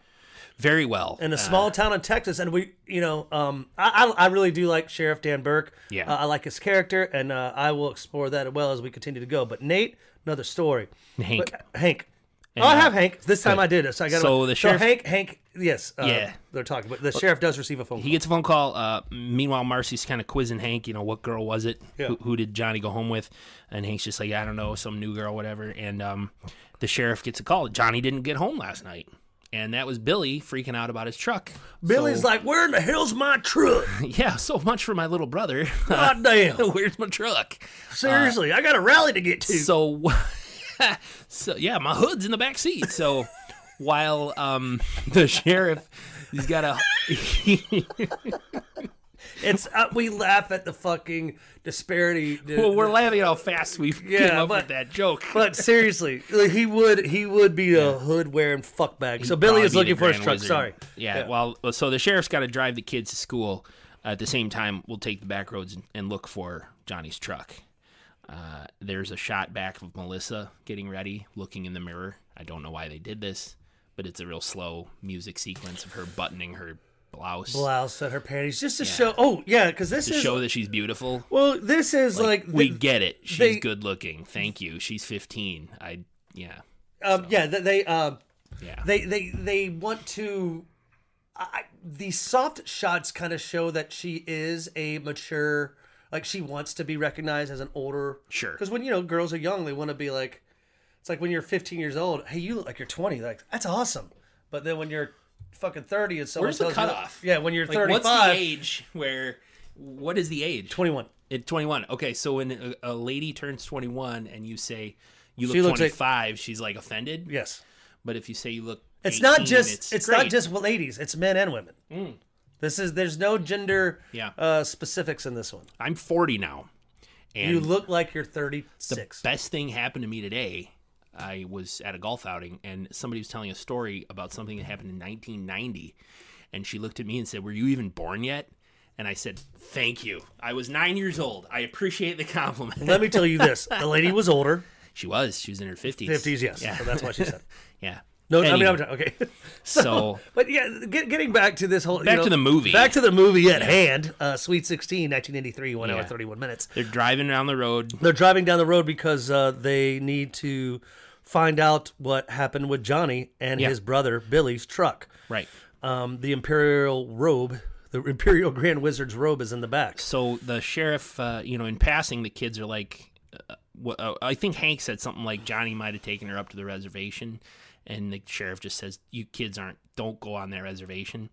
very well.
in a
Uh,
small town in Texas. And we, you know, um, I, I, I really do like Sheriff Dan Burke.
Yeah.
Uh, I like his character, and uh, I will explore that as well as we continue to go. But Nate, another story.
Hank.
But, Hank. oh, I have Hank. This time I did it. So I got
uh, So the sheriff-
So Hank, Hank, yes. Uh,
Yeah.
They're talking, but the sheriff does receive a phone
he
call.
gets a phone call. Uh, meanwhile, Marcy's kind of quizzing Hank. You know, what girl was it?
Yeah.
Who, who did Johnny go home with? And Hank's just like, I don't know, some new girl, whatever. And um, the sheriff gets a call. Johnny didn't get home last night, and that was Billy freaking out about his truck.
Billy's like, "Where in the hell's my truck?"
Yeah, so much for my little brother.
God damn.
Where's my truck?
Seriously, I got a rally to get to.
So, so yeah, my hood's in the back seat. So, while um the sheriff, he's got a
It's uh, we laugh at the fucking disparity. Dude.
well, we're laughing at how fast we came
Yeah,
up
but-
with that joke.
but seriously, like, he would he would be a hood wearing fuckbag. So Billy is
Probably
looking for
the
his
Grand
truck.
Wizard.
Sorry.
Yeah,
Yeah.
Well, so the sheriff's got to drive the kids to school. At the same time, we'll take the back roads and, and look for Johnny's truck. Uh, there's a shot back of Melissa getting ready, looking in the mirror. I don't know why they did this, but it's a real slow music sequence of her buttoning her blouse
Blouse at her panties just to show. Oh yeah, because this
to
is
show that she's beautiful.
well, this is like,
we
the-
get it. She's
they-
good looking. Thank you. She's 15. I yeah
um, yeah that they uh,
yeah
they they they want to. I, I- these soft shots kind of show that she is a mature, like she wants to be recognized as an older
sure.
Because when you know girls are young, they want to be like, it's like when you're 15 years old. Hey, you look like you're 20. Like that's awesome. But then when you're fucking 30 and someone
Where's the
tells you-
cutoff?
yeah, when you're
Like,
35,
what's the age where? What is the age?
21.
At 21. Okay, so when a, a lady turns 21 and you say you
She
look
looks like-
25, she's like offended.
Yes,
But if you say you look
it's not
18,
just it's, not
great. Mm.
just ladies. It's men and women. This is there's no gender
Yeah.
uh, specifics in this one.
I'm 40 now. And
You look like you're 36.
best thing happened to me today. I was at a golf outing and somebody was telling a story about something that happened in 1990. And she looked at me and said, Were you even born yet? And I said, Thank you. I was nine years old. I appreciate the compliment.
Let me tell you this: the lady was older,
She was. She was in her 50s.
50s. Yes, so that's why she said.
Yeah.
No, I mean
Anyway,
I'm okay.
so
But yeah, get, getting back to this whole you
Back
know,
to the movie.
Back to the movie at hand. Uh, Sweet 16, 1983, one hour
Yeah.
31 minutes.
They're driving down the road.
They're driving down the road because uh, they need to find out what happened with Johnny and his brother Billy's truck.
Right.
Um, the Imperial robe, the Imperial Grand Wizard's robe, is in the back.
So the sheriff, uh, you know, in passing, the kids are like, uh, what, uh, I think Hank said something like Johnny might have taken her up to the reservation. And the sheriff just says, You kids aren't, don't go on that reservation.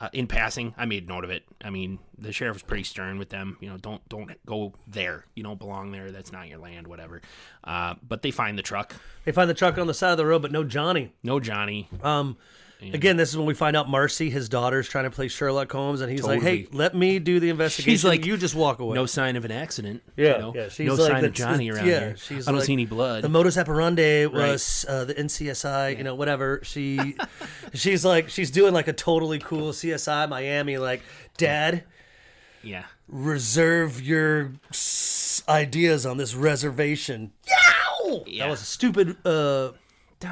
Uh, in passing, I made note of it. I mean, the sheriff was pretty stern with them. You know, don't don't go there. You don't belong there. That's not your land. Whatever. Uh, but they find the truck.
They find the truck on the side of the road, but no Johnny.
No Johnny.
Um, Again, this is when we find out Marcy, his daughter, is trying to play Sherlock Holmes, and he's
Totally.
like, "Hey, let me do the investigation.
She's like,
you just walk away."
no sign of an accident.
Yeah,
You know?
yeah, she's
no
like
sign
the-
of Johnny around
yeah,
here.
she's
I don't
like
see any blood.
the modus operandi was uh, the NCSI, you know, whatever. She, she's like, she's doing like a totally cool CSI Miami, like, Dad,
yeah.
reserve your s- ideas on this reservation. Yow! That
Yeah.
was a stupid uh,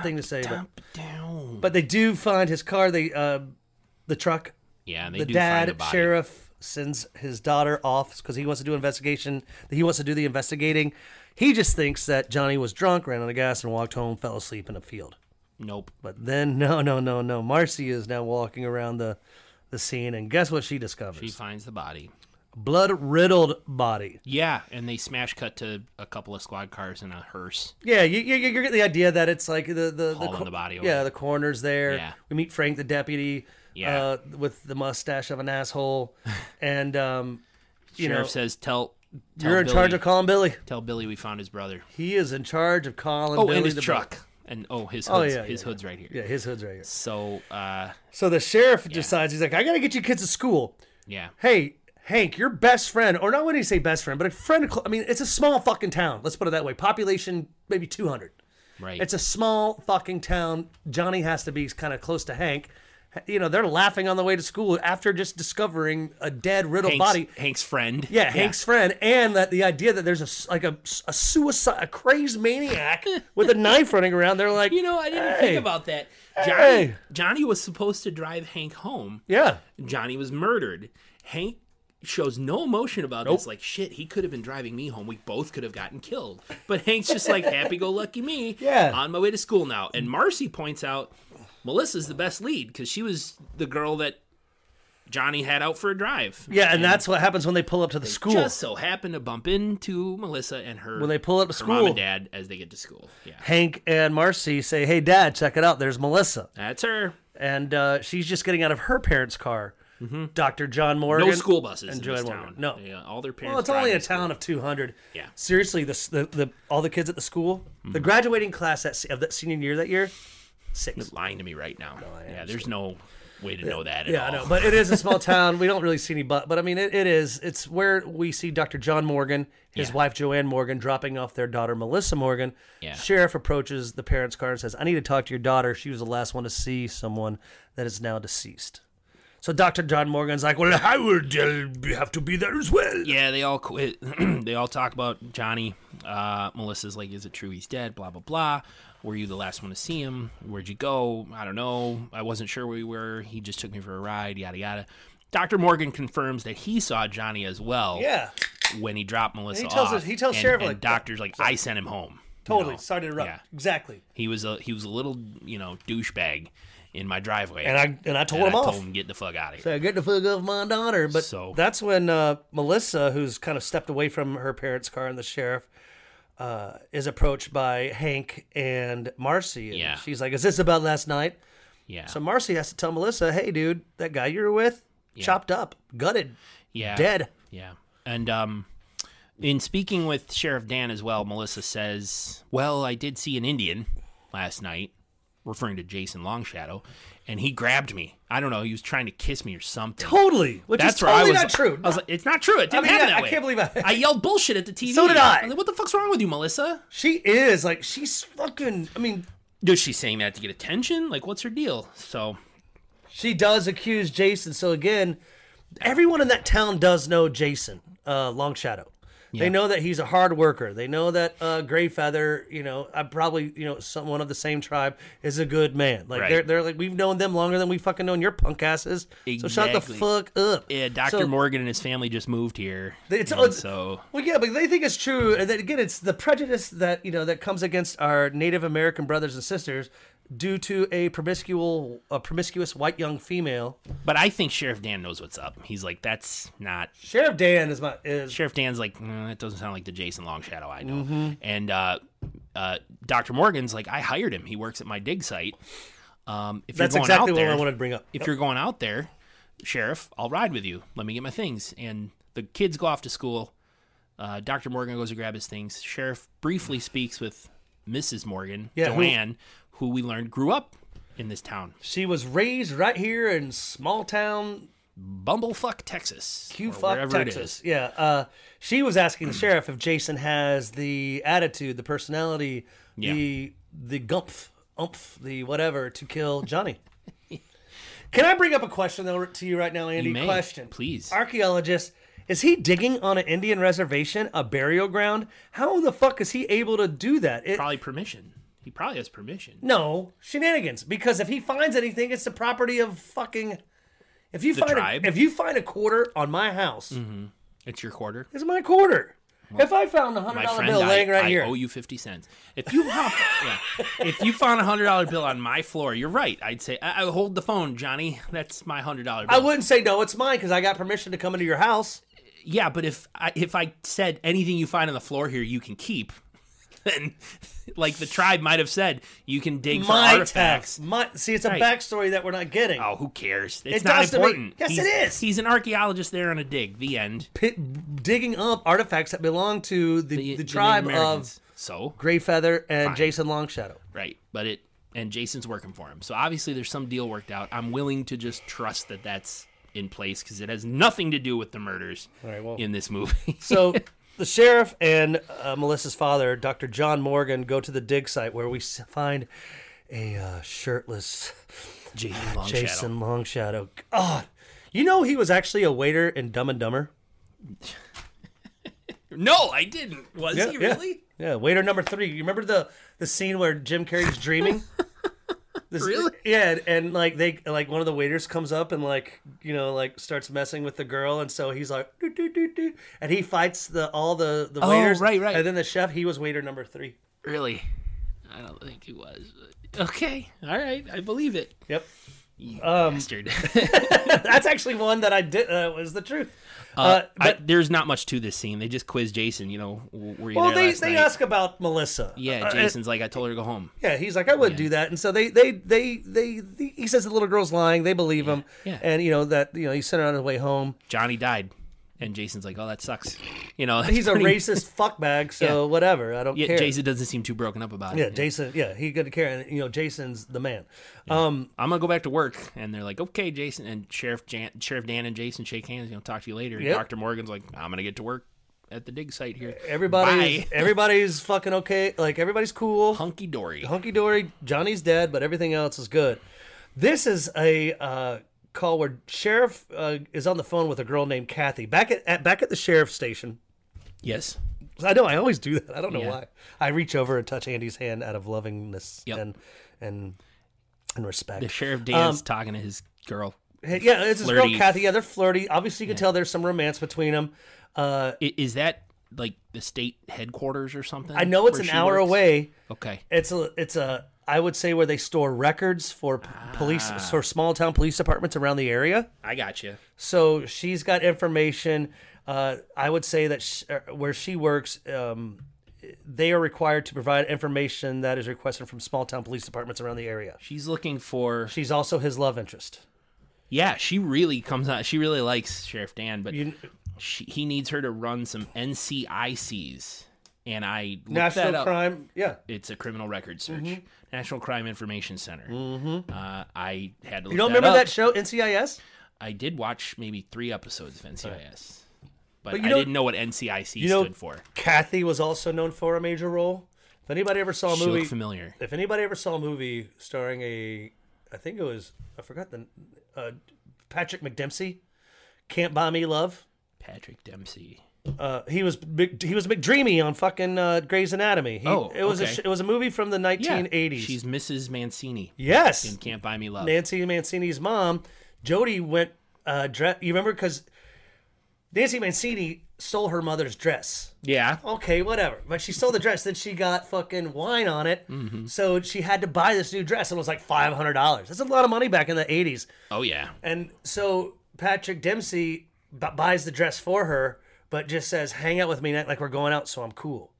thing to say, but,
Dump down.
but they do find his car. They, uh, the truck,
Yeah, they
the
do
dad
find a body.
sheriff sends his daughter off because he wants to do investigation. He wants to do the investigating. He just thinks that Johnny was drunk, ran out of gas, and walked home, fell asleep in a field.
Nope.
But then, no, no, no, no. Marcy is now walking around the, the scene, and guess what she discovers?
He finds the body.
Blood riddled body.
Yeah, and they smash cut to a couple of squad cars and a hearse.
Yeah, you, you, you get the idea that it's like the the the,
Hauling the body over.
Yeah, the coroner's there.
Yeah.
We meet Frank, the deputy.
Yeah.
Uh, with the mustache of an asshole, and um, you
Sheriff
know,
says, "Tell, tell
you're in
Billy,
charge of calling Billy.
tell Billy we found his brother.
He is in charge of calling.
Oh,
Billy
and his
the
truck, and oh his
Oh,
hoods,
yeah,
his
yeah,
hood's right here.
Yeah, his hood's right here.
So, uh,
So the sheriff decides he's like, I gotta get you kids to school.
yeah,
Hey, Hank, your best friend, or not when you say best friend, but a friend. I mean, it's a small fucking town. Let's put it that way. Population maybe two hundred.
right.
It's a small fucking town. Johnny has to be kind of close to Hank. You know, they're laughing on the way to school after just discovering a dead, riddled
Hank's,
body.
Hank's friend.
Yeah, Hank's friend, and that the idea that there's a s- like a, s- a suicide, a crazed maniac with a knife running around. They're like,
You know, I didn't
Hey.
think about that. Johnny,
Hey.
Johnny was supposed to drive Hank home.
yeah,
Johnny was murdered. Hank shows no emotion about this. Like, shit, he could have been driving me home. We both could have gotten killed. But Hank's just like, happy go lucky me.
Yeah.
On my way to school now. And Marcy points out Melissa's the best lead because she was the girl that Johnny had out for a drive.
yeah, and that's what happens when they pull up to the school.
Just so happened to bump into Melissa and her
when they pull up to
her mom
school,
and dad as they get to school. Yeah.
Hank and Marcy say, "Hey, Dad, check it out. There's Melissa,"
That's her.
and uh, she's just getting out of her parents' car. Doctor John Morgan.
Mm-hmm. No school buses in
Joanne
this
Morgan.
town.
No.
Yeah, all their parents.
Well, it's only
drive
a
to
town of 200.
Yeah. Mm-hmm.
Seriously, the s- the, the all the kids at the school, the graduating class that se- of that senior year that year, six.
school. lying to me right now. yeah, there's no way to know that at
Yeah, I
all.
know, but it is a small town. We don't really see any, but but I mean, it, it is. It's where we see Dr. John Morgan, his
Yeah.
wife Joanne Morgan, dropping off their daughter Melissa Morgan.
Yeah.
Sheriff approaches the parents' car and says, "I need to talk to your daughter. She was the last one to see someone that is now deceased." So Dr. John Morgan's like, "Well, I will uh, be- have to be there as well."
Yeah, they all quit. they all talk about Johnny. Uh, Melissa's like, "Is it true he's dead?" Blah blah blah. Were you the last one to see him? Where'd you go? I don't know. I wasn't sure where we were. He just took me for a ride. Yada yada. Doctor Morgan confirms that he saw Johnny as well.
Yeah.
When he dropped Melissa
He tells
off.
us- he tells
and,
Sheriff,
and
like,
doctor's like, "I sent him home." you
Totally.
know?
Sorry to interrupt.
Yeah.
Exactly.
He was a he was a little you know douchebag in my driveway.
And I and I told
And
him
I
off.
told him get the fuck out of here.
So get the fuck off my daughter. But
So-
that's when uh, Melissa, who's kind of stepped away from her parents' car and the sheriff, uh, is approached by Hank and Marcy. And
Yeah.
She's like, Is this about last night?
Yeah.
So Marcy has to tell Melissa, Hey, dude, that guy you were with, chopped up, gutted,
yeah.
dead.
Yeah. And um in speaking with Sheriff Dan as well, Melissa says, "Well, I did see an Indian last night, referring to Jason Longshadow, and he grabbed me. I don't know, he was trying to kiss me or something."
Totally. Which
That's
is
where
totally
I was,
not true.
I was like, "It's not true. It didn't
mean,
happen
yeah,
that
I
way."
can't believe I-
I yelled bullshit at the TV.
So did I.
was like, what the fuck's wrong with you, Melissa?
she is like, she's fucking, I mean,
Does she saying that to get attention? Like, what's her deal? So
she does accuse Jason. So again, everyone in that town does know Jason, uh, Long Shadow. They know that he's a hard worker. They know that uh, Greyfeather, you know, I probably, you know, someone of the same tribe is a good man. Like
Right.
they're they're like we've known them longer than we fucking known your punk asses. So shut the
Exactly.
fuck up.
yeah, Doctor
So-
Morgan and his family just moved here.
It's-
and
oh, it's-
so
Well, yeah, but they think it's true, and then again, it's the prejudice that you know that comes against our Native American brothers and sisters due to a promiscuous, a promiscuous white young female.
But I think Sheriff Dan knows what's up. He's like, that's not.
Sheriff Dan is my is
Sheriff Dan's like, "Mm, that doesn't sound like the Jason Longshadow I know.
Mm-hmm.
And uh, uh, Dr. Morgan's like, I hired him. He works at my dig site. Um, if
That's
you're going
exactly
out
what
there,
I wanted to bring up.
If you're going out there, Sheriff, I'll ride with you. Let me get my things. And the kids go off to school. Uh, Dr. Morgan goes to grab his things. Sheriff briefly speaks with Mrs. Morgan,
Yeah, who-
Joanne, who we learned grew up in this town,
She was raised right here in small town
Bumblefuck, Texas. or
Q fuck
wherever it
Texas.
is.
Yeah. Uh, she was asking the sheriff if Jason has the attitude, the personality, the the gumph, umph, the whatever to kill Johnny. Can I bring up a question though to you right now, Andy?
You may,
question,
please.
Archaeologist, is he digging on an Indian reservation, a burial ground? How in the fuck is he able to do that? It,
Probably permission. He probably has permission.
no shenanigans. Because if he finds anything, it's the property of fucking. If you find
tribe? Mm-hmm.
A, if you find a quarter on my house,
It's your quarter.
is my quarter. if I found a hundred
My
dollar
friend,
bill
I,
laying right
I
here,
owe you fifty cents. If you yeah, if you found a hundred dollar bill on my floor, you're right. I'd say I, I hold the phone, Johnny. That's my hundred dollar bill.
I wouldn't say no. It's mine because I got permission to come into your house.
yeah, but if I, if I said anything you find on the floor here, you can keep. Then, like the tribe might have said, you can dig for
My
artifacts.
tax. My see, it's a
Right.
backstory that we're not getting.
Oh, who cares? It's
It
not
does to me.
important.
Yes, it
He's-
is.
He's an archaeologist there on a dig. The end.
Pit, digging up artifacts that belong to the, the,
Native
tribe of
Americans. so
Greyfeather and Jason Longshadow.
Right. But it and Jason's working for him. So obviously there's some deal worked out. I'm willing to just trust that that's in place cuz it has nothing to do with the murders
right, well-
in this movie.
So the sheriff and uh, Melissa's father, Dr. John Morgan, go to the dig site where we s- find a uh, shirtless
Jason Long
Jason Longshadow. God, you know he was actually a waiter in Dumb and Dumber.
Shadow. No, I didn't. Was he really?
Yeah. waiter number three. You remember the the scene where Jim Carrey's dreaming? This-
Really?
Yeah, and, and like they like one of the waiters comes up and like you know like starts messing with the girl, and so he's like, "Doo, doo, doo, doo," and he fights the all the the
Oh,
waiters.
right, right.
And then the chef, he was waiter number three.
Really? I don't think he was. but- Okay. All right. I believe it.
Yep,
You
Um,
bastard.
that's actually one that I did uh, was the truth. Uh,
I-
but
there's not much to this scene. They just quiz Jason, you know, w- were you
well,
there
they
last
they
night?
ask about Melissa.
yeah,
Uh,
Jason's like I told her to go home.
Yeah, he's like, I wouldn't do that. And so they, they, they, they, they- he says the little girl's lying. They believe him.
yeah.
And, you know, that, you know, he sent her on his way home.
Johnny died. And Jason's like, "Oh, that sucks." You know,
He's a
pretty-
racist fuckbag, so
Yeah.
whatever. I don't
Yeah,
care.
Jason doesn't seem too broken up about
yeah,
it.
Jason. Yeah, he could care. And, you know, Jason's the man. Um,
I'm gonna go back to work, and they're like, "Okay, Jason." And Sheriff Jan- Sheriff Dan and Jason shake hands. You know, talk to you later. And
Yep. Uh,
Doctor Morgan's like, "I'm gonna get to work at the dig site here."
everybody's,
Bye.
everybody's fucking okay. Like, everybody's cool.
hunky dory.
Hunky dory. Johnny's dead, but everything else is good. This is a uh, call where sheriff uh, is on the phone with a girl named Kathy back at, at back at the sheriff's station.
Yes.
I know I always do that. I don't know
Yeah.
why. I reach over and touch Andy's hand out of lovingness
Yep.
and and and respect.
The Sheriff Dan's
Um,
talking to his girl.
Hey, yeah, it's this girl
flirty.
Kathy. Yeah, they're flirty. Obviously, you can tell there's some romance between them. Uh,
I- Is that like the state headquarters or something?
I know it's
where
an
she
hour
works?
away.
Okay.
It's a it's a I would say where they store records for p- police
Ah.
for small town police departments around the area.
I got you.
So she's got information. Uh, I would say that sh- uh, where she works, um, they are required to provide information that is requested from small town police departments around the area.
She's looking for.
She's also his love interest.
Yeah, she really comes out. She really likes Sheriff Dan, but
You,
she, he needs her to run some NCICs. And I looked that
national
up.
crime. Yeah.
It's a criminal record search.
Mm-hmm.
National Crime Information Center. Mm-hmm. Uh, I had to. Look
You don't remember
up.
that show, NCIS?
I did watch maybe three episodes of NCIS, but,
But you
I
don't-
didn't know what NCIC
know-
stood for.
Kathy was also known for a major role. If anybody ever saw a
She
movie,
looked familiar.
if anybody ever saw a movie starring a, I think it was I forgot the, uh, Patrick McDempsey, Can't Buy Me Love.
Patrick Dempsey.
Uh, he was Mc- he was McDreamy on fucking uh, Grey's Anatomy. He,
Oh,
it was a
okay.
sh- it was a movie from the 1980s.
She's Mrs. Mancini.
yes,
in Can't buy me love.
Nancy Mancini's mom, Jody went. Uh, dress. You remember because Nancy Mancini stole her mother's dress.
Yeah.
Okay, whatever. But she stole the dress. Then she got fucking wine on it.
Mm-hmm.
So she had to buy this new dress, and it was like five hundred dollars. That's a lot of money back in the eighties.
Oh yeah.
And so Patrick Dempsey b- buys the dress for her, but just says, "Hang out with me tonight, like we're going out, so I'm cool."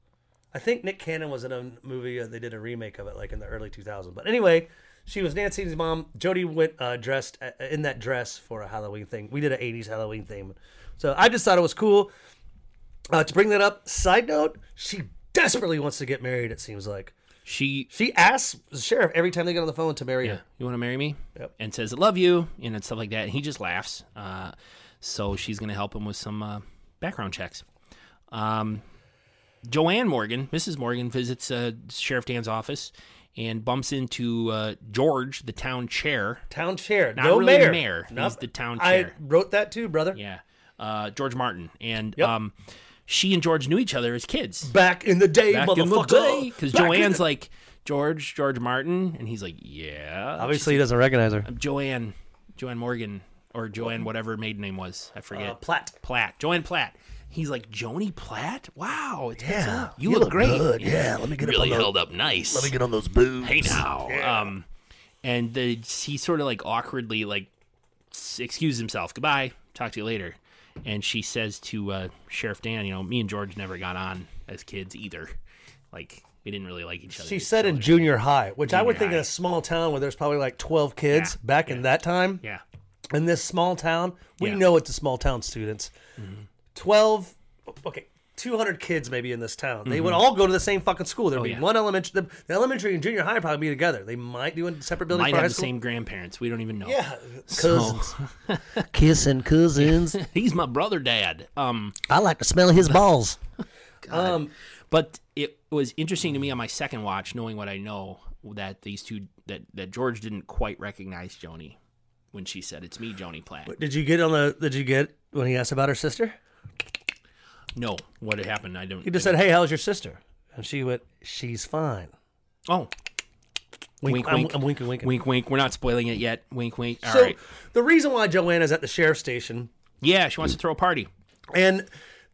I think Nick Cannon was in a movie. Uh, they did a remake of it, like in the early 2000s. But anyway, She was Nancy's mom. Jody went uh, dressed uh, in that dress for a Halloween thing. We did an 80s Halloween theme. So I just thought it was cool. Uh, to bring that up, side note, she desperately wants to get married, it seems like.
She,
She asks the sheriff every time they get on the phone to marry
yeah,
her.
you want to marry me?
Yep.
And says, I love you, and stuff like that. And he just laughs. Uh, so she's going to help him with some uh, background checks. Um, Joanne Morgan, Mrs. Morgan, visits uh, Sheriff Dan's office and bumps into uh, George, the town chair.
Town chair.
Not
no
really
mayor.
mayor.
No,
He's the town
I
chair.
wrote that too, brother.
Yeah. Uh, George Martin. And
Yep.
um, she and George knew each other as kids.
Back in the day,
back in the
motherfucker.
day. Because
Back in
Joanne's
the-
like, George, George Martin. And he's like, yeah.
Obviously, he doesn't recognize her.
Joanne, Joanne Morgan, or Joanne, whatever her maiden name was. I forget.
Uh, Platt.
Platt. Joanne Platt. He's like, Joni Platt? Wow. It's what's
Yeah,
up. You, look, great.
good. Yeah, let me get
Really
up on
held up nice.
Let me get on those boobs.
hey now. Um, and the, he sort of like awkwardly like s- excuses himself. Goodbye. Talk to you later. And she says to uh, Sheriff Dan, you know, me and George never got on as kids either. Like we didn't really like each other.
She said in junior high, which I would
Junior
think in
high.
a small town where there's probably like 12 kids
Yeah,
back in that time.
yeah.
In this small town, we
Yeah. Mm-hmm.
know it's a small town, students. 12, okay, 200 kids maybe in this town. They would all go to the same fucking school. There'd be
Mm-hmm. Oh, yeah.
one elementary, the, the elementary and junior high would probably be together. They might do a separate building
Might
for high
have the
school.
same grandparents. We don't even know.
yeah,
So-
cousins. Kissing cousins.
He's my brother dad. Um
I like to smell his balls.
um but it was interesting to me on my second watch knowing what I know that these two that that George didn't quite recognize Joni when she said it's me Joni Platt.
Did you get on the, did you get when he asked about her sister?
No, what had happened I don't
He just said, "Hey, how's your sister?" And she went, "She's fine."
Oh. Wink,
I'm,
wink.
I'm winking, winking.
Wink wink. We're not spoiling it yet. Wink wink. All right.
So the reason why Joanna's at the sheriff's station,
Yeah, she wants to throw a party.
and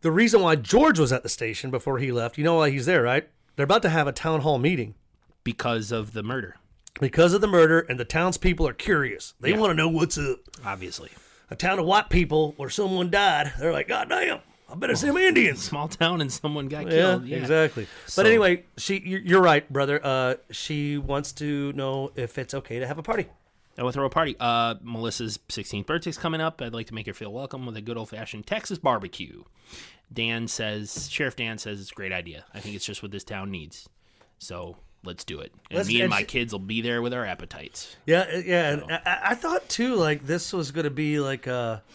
the reason why George was at the station before he left, you know why he's there, right? They're about to have a town hall meeting
Because of the murder,
because of the murder, and the townspeople are curious. They want to know what's up.
obviously.
A town of white people where someone died. They're like, "God damn, I bet it's them Indians."
Small town and someone got killed. Yeah.
exactly.
So-
But anyway, she you're you're right, brother. Uh, she wants to know if it's okay to have a party.
I want to throw a party. Uh, Melissa's 16th birthday's coming up. I'd like to make her feel welcome with a good old fashioned Texas barbecue. Dan says, Sheriff Dan says it's a great idea. I think it's just what this town needs. So let's do it. And
Let's-
me and
and
my
she-
kids will be there with our appetites.
Yeah, uh, yeah. And I- I, I thought too, like this was gonna be like. Uh,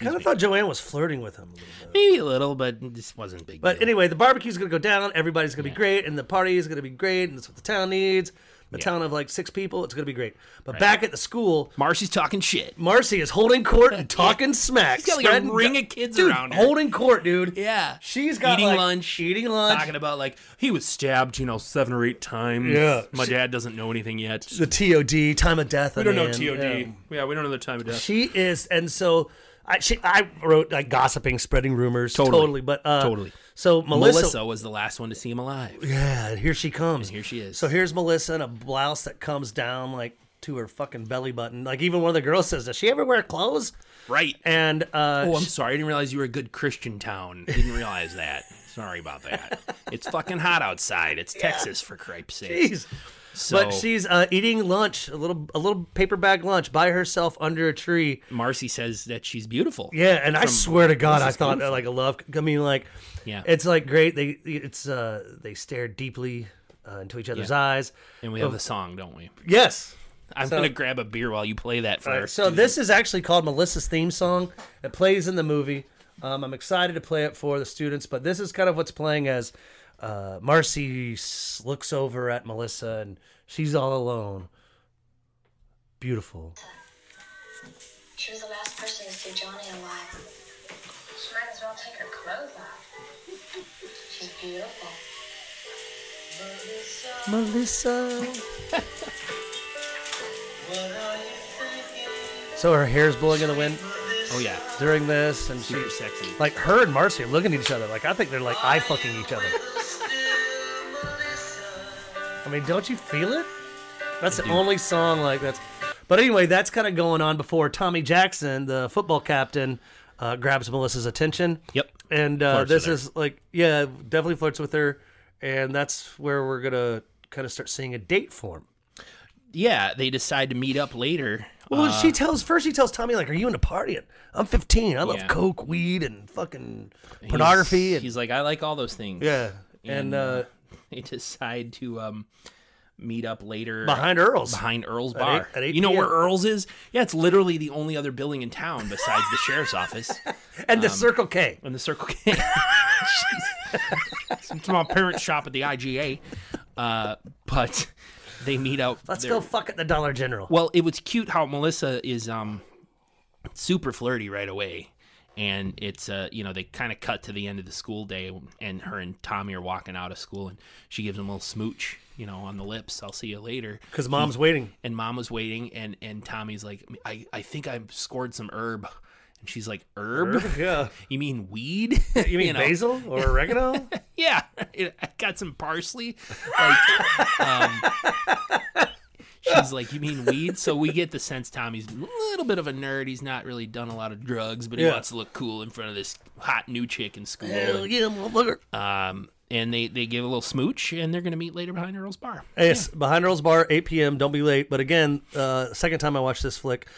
kind of thought Joanne was flirting with him a little bit.
Maybe a little, but this wasn't a big.
But
deal.
anyway, the barbecue's gonna go down. Everybody's gonna be great, and the party is gonna be great, and that's what the town needs. A town of like six people, it's gonna be great. But back at the school,
Marcy's talking shit.
Marcy is holding court and talking smack.
She's got, like, a
spreading-
ring of kids
dude,
around her.
Holding court, dude.
Yeah.
She's got
Eating
like,
lunch.
eating lunch.
Talking about like he was stabbed, you know, seven or eight times.
Yeah.
my dad doesn't know anything yet.
the TOD time of death.
We don't know TOD. yeah, we don't know the time of death.
She is, and so I she, I wrote like gossiping, spreading rumors,
Totally.
totally, but uh,
Totally.
So
Melissa,
Melissa,
was the last one to see him alive.
yeah, here she comes.
Here she is.
So here's Melissa in a blouse that comes down like to her fucking belly button. Like even one of the girls says, "Does she ever wear clothes?"
right.
And uh,
Oh, I'm sorry. I didn't realize you were a good Christian town. Didn't realize that. Sorry about that. It's fucking hot outside. It's Texas for cripe's sake.
she's.
So
But she's uh, eating lunch, a little a little paper bag lunch by herself under a tree.
Marcy says that she's beautiful.
Yeah, and I swear to God, I thought uh, like a love. I mean, like,
Yeah.
it's like great. They it's uh they stare deeply uh, into each other's eyes.
And we have
Oh.
the song, don't we?
Yes.
I'm gonna grab a beer while you play that
All
first.
right, so this is actually called Melissa's theme song. It plays in the movie. Um, I'm excited to play it for the students, but this is kind of what's playing as uh, Marcy s- looks over at Melissa and she's all alone. Beautiful.
She was the last person to see Johnny alive. She might as well take her clothes off. She's beautiful.
Melissa. so her hair's blowing in the wind
oh yeah,
during this, and she,
super sexy.
like, her and Marcy are looking at each other. Like, I think they're like eye fucking each other. I mean, don't you feel it? That's the only song like that's. But anyway, that's kind of going on before Tommy Jackson, the football captain, uh, grabs Melissa's attention.
Yep.
And uh,
Flirts with
this
her.
is like, yeah, definitely flirts with her, and that's where we're gonna kind of start seeing a date form.
yeah, they decide to meet up later.
Well, she tells first. She tells Tommy like, "Are you into partying? I'm 15. I love
Yeah.
coke, weed, and fucking pornography."
He's,
and
he's like, I like all those things.
yeah, and,
And,
uh,
They decide to um, meet up later
behind Earl's.
behind Earl's
eight-
bar.
at eight
you know where
PM.
Earl's is? Yeah, it's literally the only other building in town besides the sheriff's office
and
um,
the Circle K.
and the Circle K. Jeez. It's my parents shop at the IGA, uh, but they meet up.
Let's
they're-
go fuck at the Dollar General.
Well, it was cute how Melissa is um super flirty right away. And it's uh you know they kind of cut to the end of the school day and her and Tommy are walking out of school and she gives him a little smooch you know on the lips I'll see you later
Because mom's waiting.
and mom was waiting and and Tommy's like I I think I scored some herb and she's like herb,
Yeah.
you mean weed
You mean
know?
basil or oregano?
yeah, it, I got some parsley. Like, um, she's like, "You mean weed?" So we get the sense Tommy's a little bit of a nerd. He's not really done a lot of drugs, but he
Yeah.
wants to look cool in front of this hot new chick in school.
Hell
And,
yeah, motherfucker.
um, and they they give a little smooch, and they're gonna meet later behind Earl's bar.
Yes, behind Earl's Bar, 8 p.m. Don't be late. But again, uh, second time I watched this flick,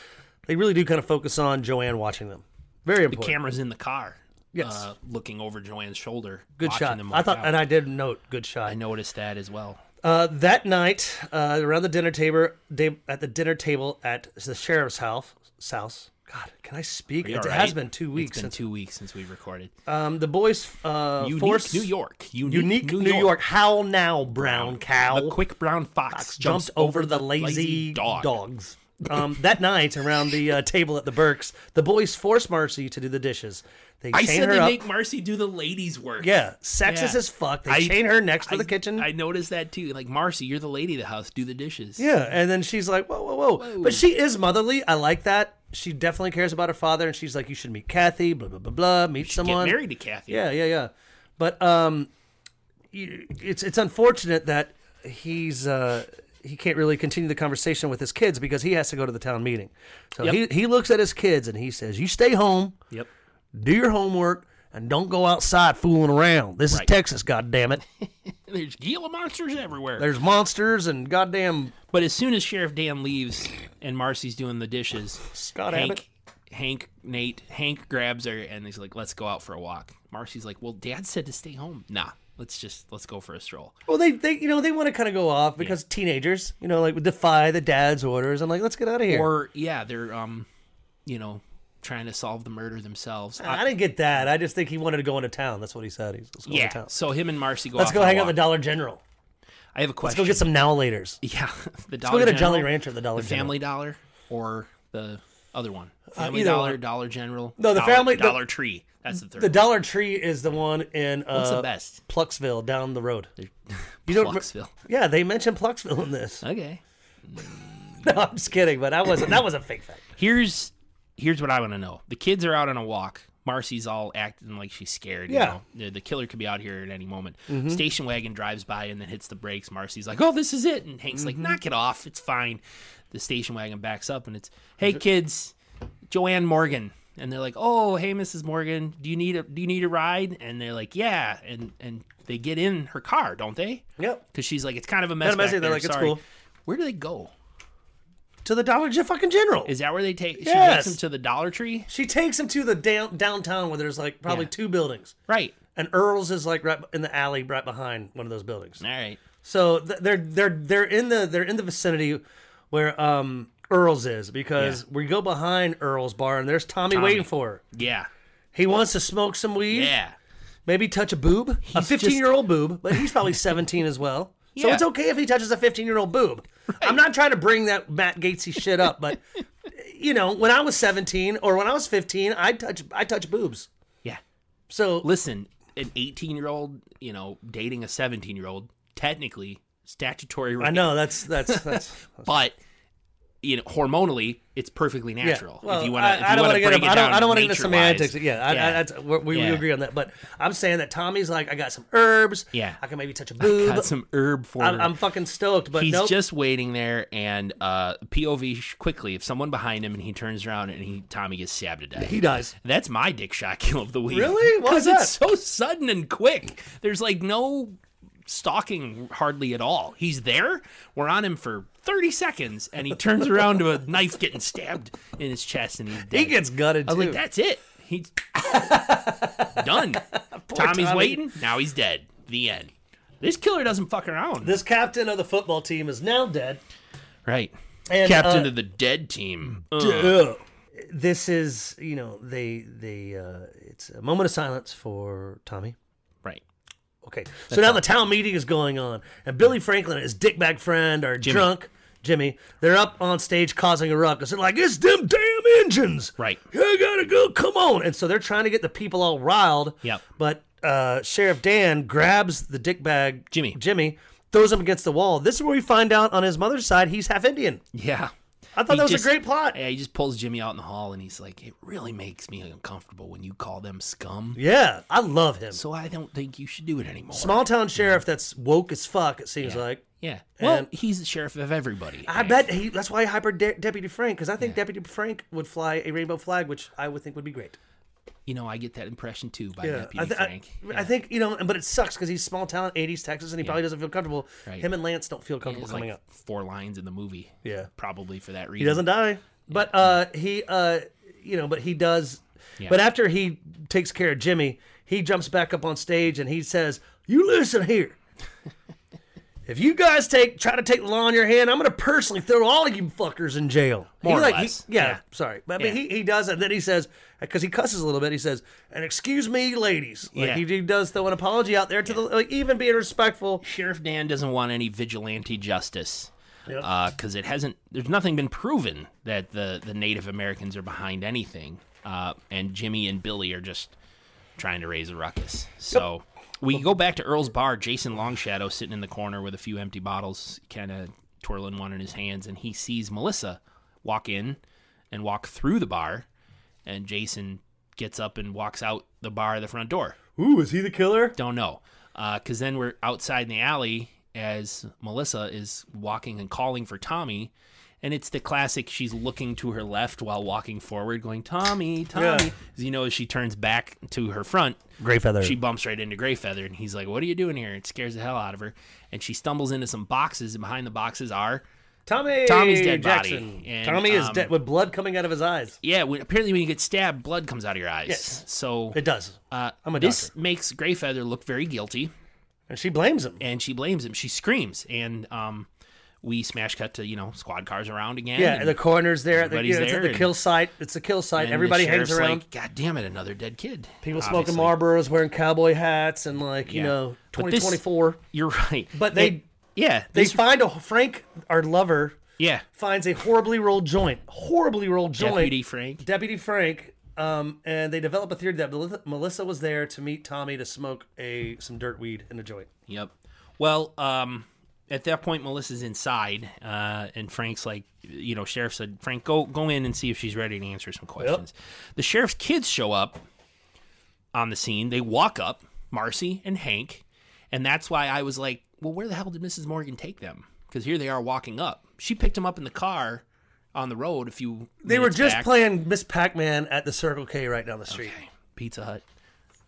they really do kind of focus on Joanne watching them. Very important.
Cameras in the car.
Yes.
uh, looking over Joanne's shoulder.
good
watching
shot.
Them
I thought,
walk out.
and I did note, good
I
shot.
noticed that as well.
Uh, that night, uh, around the dinner table, da- at the dinner table at the sheriff's house. House. God, can I speak?
You
It
all
has
right?
been two
It's
weeks
been
since
two weeks since we recorded.
um, the boys uh,
Unique
forced
New York. Unique,
Unique New, York. Howl now, brown cow.
The quick brown fox, jumps
jumped over the lazy,
dog.
dogs. Um, that night, around the uh, table at the Burks, the boys force Marcy to do the dishes. They
I
chain
said
her
they
up.
make Marcy do the ladies' work.
yeah, sexist
Yeah.
as fuck. They
I-
chain her next to
I-
the kitchen.
I noticed that too. Like Marcy, you're the lady of the house. Do the dishes.
yeah, and then she's like, whoa, whoa, whoa, But she is motherly. I like that. She definitely cares about her father, and she's like, you should meet Kathy. Blah blah blah blah. Meet
Get
someone.
married to Kathy.
Yeah, yeah, yeah. But um, you- it's it's unfortunate that he's uh he can't really continue the conversation with his kids because he has to go to the town meeting. So he he looks at his kids and he says, "You stay home,
Yep.
do your homework, and don't go outside fooling around. This
Right.
is Texas, goddamn it.
There's Gila monsters everywhere.
There's monsters and goddamn
But as soon as Sheriff Dan leaves and Marcy's doing the dishes,
Scott Abbott.
Hank, Hank, Nate, Hank grabs her and he's like, "Let's go out for a walk." Marcy's like, "Well, Dad said to stay home." Nah, let's just let's go for a stroll.
Well, they, they you know they want to kind of go off because teenagers, you know, like defy the dad's orders. I'm like, let's get out of here.
Or yeah, they're um, you know, trying to solve the murder themselves.
Ah, I, I didn't get that. I just think he wanted to go into town. That's what he said. He's let's go into
Yeah.
town.
So him and Marcy go.
Let's
off
go
on a
hang out
walk.
at the Dollar General.
I have a question.
Go get some now laters.
Yeah, the
Go
Dollar
get a
General,
Jolly Rancher at the Dollar
the
General. Uh,
Family Dollar, or the other one. Family
either
Dollar,
one.
Dollar General.
No, the
Dollar,
Family- the-
Dollar Tree. That's the third.
The
one.
Dollar Tree is the one in uh,
What's the best?
Plucksville down the road. You don't re-
Knoxville.
yeah, they mentioned Plucksville in this.
Okay.
No, I'm just kidding, but I wasn't. That was a fake fact.
Here's here's what I want to know. The kids are out on a walk. Marcy's all acting like she's scared.
Yeah. Mm-hmm.
You know? the, the killer could be out here at any moment. Station wagon drives by and then hits the brakes. Marcy's like, "Oh, this is it," and Hank's
Mm-hmm.
like, "Knock it off. It's fine." The station wagon backs up and it's, "Hey, kids, Joanne Morgan." And they're like, "Oh, hey, Mrs. Morgan, do you need a do you need a ride?" And they're like, "Yeah." And and they get in her car, don't they?
Yep.
Because she's like, "It's kind of a mess."
Kinda messy.
back
They're
there,
like, "It's
sorry."
cool.
Where do they go?
To the Dollar Gen- fucking General.
Is that where they take? She
Yes.
takes them to the Dollar Tree.
she takes him to the down- downtown where there's like probably
Yeah.
two buildings.
Right.
And Earl's is like right in the alley, right behind one of those buildings.
All right.
So th- they're they're they're in the they're in the vicinity where um Earl's is because we go behind Earl's bar and there's Tommy, waiting for her.
Yeah.
He wants to smoke some weed,
Yeah.
maybe touch a boob, a
just-
15 year old boob, but he's probably 17 as well. So
Yeah.
it's okay if he touches a 15 year old boob. I'm not trying to bring that Matt Gatesy shit up, but you know, when I was 17 or when I was 15, I touch I touch boobs.
Yeah.
So
Listen, an 18 year old, you know, dating a 17 year old, technically statutory rape,
I know that's that's that's
but you know, hormonally, it's perfectly natural.
Well,
if you want to,
I, I don't wanna
want to
get. up-
break it
I don't.
down
I don't want to get into
nature-wise.
semantics. Yeah, I, I, that's, we, we
Yeah.
agree on that. But I'm saying that Tommy's like, I got some herbs.
Yeah.
I can maybe touch a boob.
got some herb for
I'm,
her.
I'm fucking stoked. But
He's
nope.
just waiting there, and uh, POV sh- quickly. If someone behind him, and he turns around, and he Tommy gets stabbed to death.
he dies.
That's my dick shot kill of the week.
Really? Why is
Because it's so sudden and quick. There's like no stalking hardly at all. He's there. We're on him for 30 seconds, and he turns around to a knife getting stabbed in his chest, and he's dead.
He gets gutted
I
too.
was like, that's it. He's done. Tommy's
Tommy.
waiting. Now he's dead. The end. This killer doesn't fuck around.
this captain of the football team is now dead.
right.
And,
Captain
uh, Hmm.
of the dead team.
Ugh. This is, you know, they they uh, it's a moment of silence for Tommy.
Right.
Okay. so now the town meeting is going on, and Billy Franklin and his dickbag friend are drunk. Jimmy, they're up on stage causing a ruckus. They're like, it's them damn engines.
Right.
I gotta go. Come on. And so they're trying to get the people all riled.
Yep.
But uh, Sheriff Dan grabs the dickbag
Jimmy.
Jimmy throws him against the wall. This is where we find out on his mother's side he's half Indian.
Yeah.
I thought
He
that was
just-
a great plot.
Yeah, he just pulls Jimmy out in the hall and he's like, It really makes me uncomfortable when you call them scum.
Yeah, I love him.
So I don't think you should do it anymore.
Small town sheriff that's woke as fuck. It seems like.
Yeah. Well,
And-
he's the sheriff of everybody.
I bet he. That's why he hypered De- Deputy Frank because I think Deputy Frank would fly a rainbow flag, which I would think would be great.
You know, I get that impression too by
Yeah,
Deputy
I, Mm, th- I-
Frank.
I, think you know, but it sucks because he's small town, '80s Texas, and he probably doesn't feel comfortable.
Right.
Him and Lance don't feel comfortable
There's
coming
like
up.
four lines in the movie.
Yeah.
Probably for that reason.
He doesn't die, but uh, he, uh, you know, but he does. But after he takes care of Jimmy, he jumps back up on stage and he says, "You listen here." If you guys take try to take the law in your hand, I'm gonna personally throw all of you fuckers in jail. He
More or
like- he-
less.
yeah,
Yeah.
sorry, but I mean, he, he does, and then he says because he cusses a little bit. He says, "And excuse me, ladies." Like
Yeah.
he, he does throw an apology out there to the like even being respectful.
Sheriff Dan doesn't want any vigilante justice
Yep.
because it hasn't. There's nothing been proven that the the Native Americans are behind anything, uh, and Jimmy and Billy are just trying to raise a ruckus. So we go back to Earl's bar. Jason Longshadow sitting in the corner with a few empty bottles, kind of twirling one in his hands, and he sees Melissa walk in and walk through the bar, and Jason gets up and walks out the bar the front door.
Ooh, is he the killer?
Don't know. Because then we're outside in the alley as Melissa is walking and calling for Tommy. And it's the classic she's looking to her left while walking forward, going, Tommy, Tommy.
Yeah.
As you know, as she turns back to her front,
Gray feather.
she bumps right into Greyfeather. And he's like, What are you doing here? It scares the hell out of her. And she stumbles into some boxes. And behind the boxes are
Tommy.
Tommy's dead body,
Jackson.
and,
Tommy is
um,
dead with blood coming out of his eyes.
yeah, when, apparently when you get stabbed, blood comes out of your eyes.
Yes.
So
It does,
uh,
I'm a
this makes Greyfeather look very guilty.
and she blames him.
and she blames him. She screams, and um, we smash cut to you know squad cars around again.
Yeah,
and,
and the coroner's there. At the,
everybody's
yeah, it's
there
at the
and-
kill site. It's a kill site.
and the
Everybody hangs
sheriff's
around.
Like, God damn it, another dead kid.
People smoking
Obviously.
Marlboros, wearing cowboy hats, and like you
Yeah.
know,
But
twenty
this-
twenty four.
You're right.
But they-
It- yeah,
They
this-
find a Frank, our lover,
yeah.
finds a horribly rolled joint. Horribly rolled joint.
Deputy Frank.
Deputy Frank. Um, and they develop a theory that Melissa- Melissa was there to meet Tommy to smoke a some dirt weed in a joint.
Yep. Well, um, at that point, Melissa's inside, uh, and Frank's like, you know, sheriff said, Frank, go go in and see if she's ready to answer some questions. The sheriff's kids show up on the scene. They walk up, Marcy and Hank, and that's why I was like, well, where the hell did Mrs. Morgan take them? Because here they are walking up. She picked them up in the car on the road a few.
They were
minutes
just
back.
playing Miss Pac Man at the Circle K right down the street.
Pizza Hut.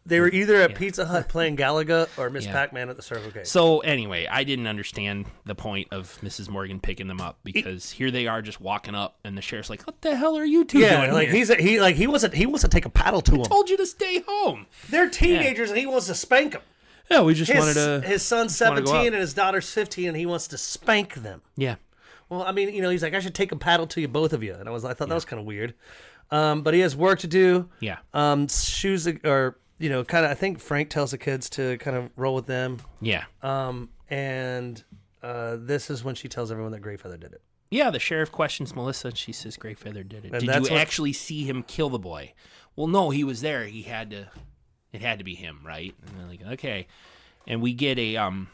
They were either at Pizza Hut playing Galaga or Miss
Yeah.
Pac Man at the Circle K.
So anyway, I didn't understand the point of Mrs. Morgan picking them up because here they are just walking up, and the sheriff's like, "What the hell are you two
Yeah,
doing
like
here?
he's a, he like he wants to he wants to take a paddle to him.
told you to stay home."
They're teenagers and he wants to spank them.
Yeah, we just
His, his son's
wanted to go out.
seventeen and his daughter's fifteen, and he wants to spank them.
yeah,
Well, I mean, you know, he's like, I should take a paddle to you, both of you, and I was I thought that was kind of weird. Um, but he has work to do.
yeah.
Um, shoes or you know, kind of. I think Frank tells the kids to kind of roll with them.
Yeah.
Um, and uh, this is when she tells everyone that Greyfeather did it.
Yeah, the sheriff questions Melissa and she says Greyfeather did
And
it. did you
that's what-
actually see him kill the boy? Well, no, he was there. He had to it had to be him, right? And they're like, "Okay." And we get a um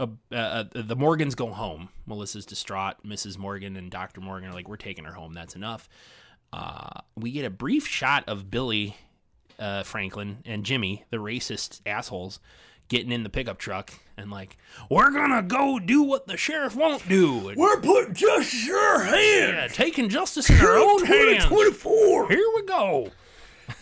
a, uh, uh the Morgans go home. Melissa's distraught. Mrs. Morgan and Dr. Morgan are like, "We're taking her home. That's enough." Uh we get a brief shot of Billy uh, Franklin and Jimmy, the racist assholes, getting in the pickup truck and like, "We're gonna go do what the sheriff won't do." And-
We're putting just your hand.
yeah, taking justice in our own hands.
four.
Here we go.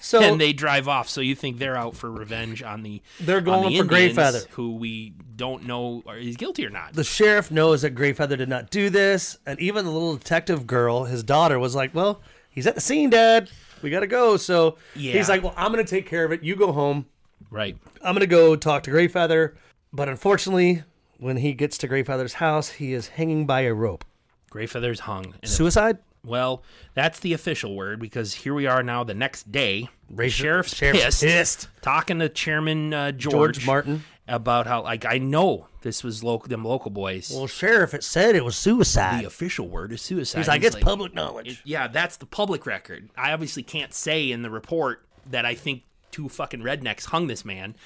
So
and they drive off. So you think they're out for revenge on the
They're
on
going
the
for
Indians,
Greyfeather.
who we don't know are is guilty or not.
the sheriff knows that Greyfeather did not do this, and even the little detective girl, his daughter, was like, "Well, he's at the scene, Dad. We gotta go." So
Yeah.
he's like, "Well, I'm gonna take care of it. You go home.
right.
I'm gonna go talk to Greyfeather." But unfortunately, when he gets to Greyfeather's house, he is hanging by a rope.
Greyfeather's hung. And
Suicide.
well, that's the official word because here we are now the next day. The
Racial-
sheriff's,
sheriff's
pissed,
pissed.
Talking to Chairman uh, George,
George Martin.
about how like I know this was local them local boys.
Well, sheriff, it said it was suicide.
the official word is suicide.
He's like, "It's public knowledge."
Yeah, that's the public record. I obviously can't say in the report that I think two fucking rednecks hung this man.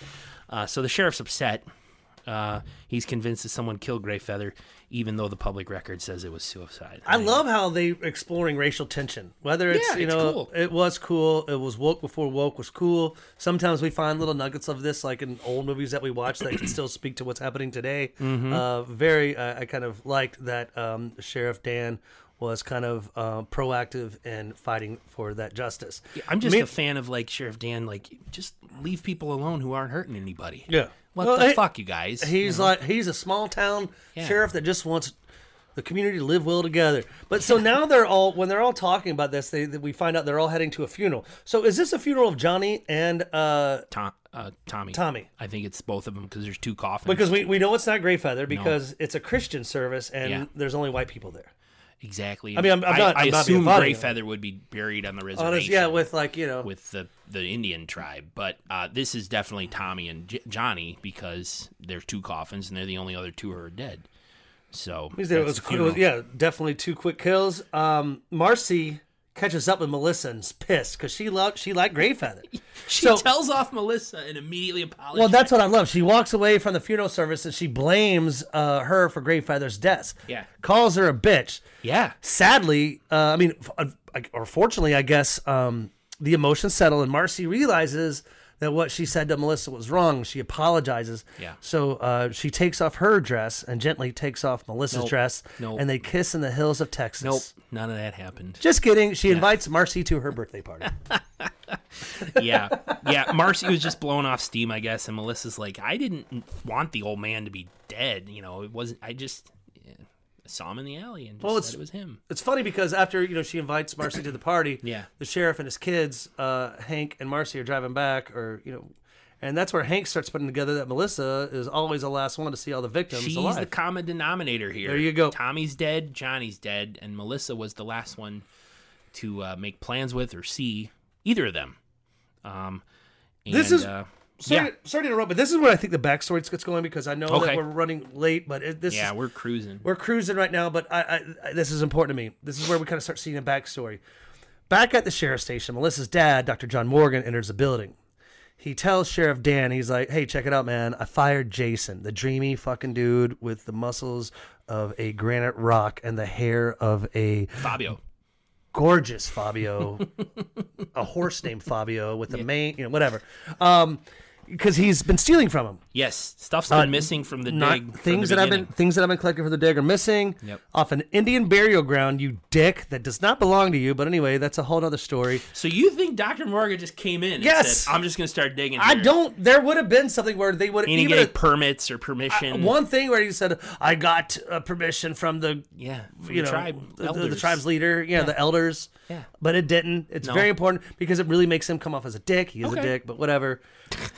Uh, so the sheriff's upset. Uh, he's convinced that someone killed Greyfeather, even though the public record says it was suicide.
I love how they exploring racial tension. Whether it's
Yeah,
you
it's
know
cool.
it was cool, it was woke before woke was cool. Sometimes we find little nuggets of this, like in old movies that we watch, that can still speak to what's happening today.
Mm-hmm.
Uh, very, uh, I kind of liked that um, Sheriff Dan was kind of uh, proactive in fighting for that justice.
I'm just
Me-
a fan of like Sheriff Dan. Like, just leave people alone who aren't hurting anybody.
Yeah.
What
Well,
the
he-
fuck, you guys?
He's like he's a small town
Yeah.
sheriff that just wants the community to live well together. But so now they're all when they're all talking about this, they we find out they're all heading to a funeral. So is this a funeral of Johnny and uh
Tom, uh, Tommy.
Tommy.
I think it's both of them because there's two coffins.
because we, we know it's not Greyfeather because it's a Christian service and
Yeah.
there's only white people there.
exactly.
I mean, I'm- I'm not-
I,
I'm not being
assume
funny.
Greyfeather would be buried on the reservation.
Honest, yeah, with like you know,
with the the Indian tribe, but uh, this is definitely Tommy and J- Johnny because there's two coffins and they're the only other two who are dead. So
means that it
that's
was,
the
it was
funeral.
yeah definitely two quick kills. Um, Marcy catches up with Melissa and's pissed because she loved she liked Greyfeather.
She
so-
tells off Melissa and immediately apologizes.
Well, that's what I love. She walks away from the funeral service and she blames uh, her for Greyfeather's death.
Yeah.
Calls her a bitch.
yeah,
Sadly, uh, I mean, f- uh, I- or fortunately, I guess, um, the emotions settle and Marcy realizes that what she said to Melissa was wrong. She apologizes.
Yeah.
So uh, she takes off her dress and gently takes off Melissa's
Nope.
dress.
Nope.
And they kiss in the hills of Texas.
nope, none of that happened.
Just kidding. She invites Marcy to her birthday party.
yeah, yeah. Marcy was just blowing off steam, I guess, and Melissa's like, I didn't want the old man to be dead. You know, it wasn't. I just yeah, saw him in the alley and just
Well, it's-
said it was him.
it's funny because after you know she invites Marcy to the party,
Yeah.
the sheriff and his kids, uh, Hank and Marcy, are driving back, or you know, and that's where Hank starts putting together that Melissa is always the last one to see all the victims
She's
alive.
the common denominator here.
There you go.
Tommy's dead, Johnny's dead, and Melissa was the last one to uh, make plans with or see either of them. Um, and,
This is-
uh,
sorry,
yeah,
sorry to interrupt, but this is where I think the backstory gets going because I know
Okay.
that we're running late, but it, this
yeah,
is,
we're cruising.
we're cruising right now. But I, I, I this is important to me. This is where we kind of start seeing a backstory. Back at the sheriff's station, Melissa's dad, Dr. John Morgan, enters the building. he tells Sheriff Dan, he's like, "Hey, check it out, man. I fired Jason, the dreamy fucking dude with the muscles of a granite rock and the hair of a
Fabio,
gorgeous Fabio, a horse named Fabio with the mane, you know, whatever." Um, because he's been stealing from him.
yes, stuff's been missing from the
Uh, Not
dig. from
things
the
that I've been
beginning.
things that I've been collecting for the dig are missing.
Yep.
Off an Indian burial ground, you dick that does not belong to you. But anyway, that's a whole other story.
So you think Doctor Morgan just came in? and
Yes.
said, I'm just gonna start digging.
I
here."
don't. There would have been something where they would
And he
even
gave permits or permission.
one thing where he said, "I got uh, permission from the
yeah, from
you
the
know
tribe,
the, the- the
elders.
tribe's leader, yeah, the elders."
Yeah.
but it didn't. It's very important because it really makes him come off as a dick. He is
Okay.
a dick, but whatever.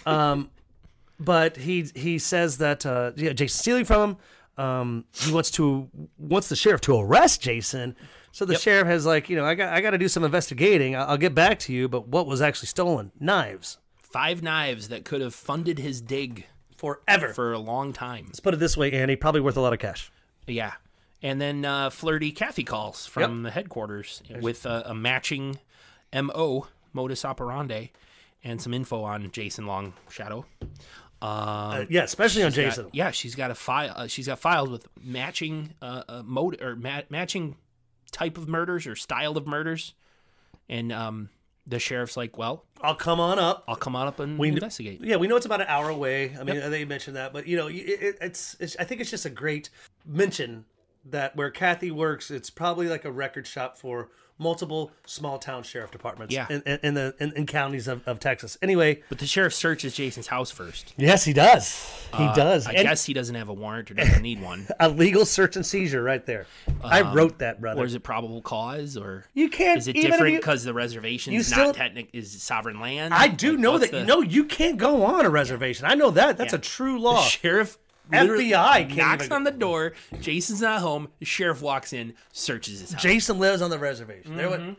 Um, but he he says that uh, yeah, Jason's stealing from him. Um, he wants to wants the sheriff to arrest Jason. So the sheriff has like you know I got I got to do some investigating. I- I'll get back to you. But what was actually stolen? Knives
Five knives that could have funded his dig
forever.
for a long time.
Let's put it this way, Andy. Probably worth a lot of cash.
Yeah. And then uh, flirty Kathy calls from the headquarters with a, a matching MO, modus operandi, and some info on Jason Long Shadow.
Uh, yeah, especially on Jason.
Uh, yeah, Oh, she's got a file. Uh, she's got files with matching uh, uh, mode or ma- matching type of murders or style of murders. And um, the sheriff's like, "Well,
I'll come on up.
I'll come on up and investigate."
Yeah, we know it's about an hour away. I mean, they mentioned that, but you know, it, it, it's, it's. I think it's just a great mention that where Kathy works, it's probably like a record shop for multiple small town sheriff departments
Yeah.
in, in, in the in, in counties of, of Texas. Anyway,
But the sheriff searches Jason's house first.
yes, he does. He does.
Uh, I
And
guess he doesn't have a warrant or doesn't need one.
a legal search and seizure right there. I wrote that, brother.
Um, Or is it probable cause? Or
you can't.
is it
even if
different
you-
because the reservation
you
is
still-
not technic is sovereign land?
I do
Like,
know
what's
that.
the-
No, you can't go on a reservation. I know that. That's
Yeah.
a true
The
law.
sheriff
FBI
literally
can't
knocks
even-
on the door. Jason's not home. The sheriff walks in, searches his house.
Jason lives on the reservation. There
Mm-hmm.
would.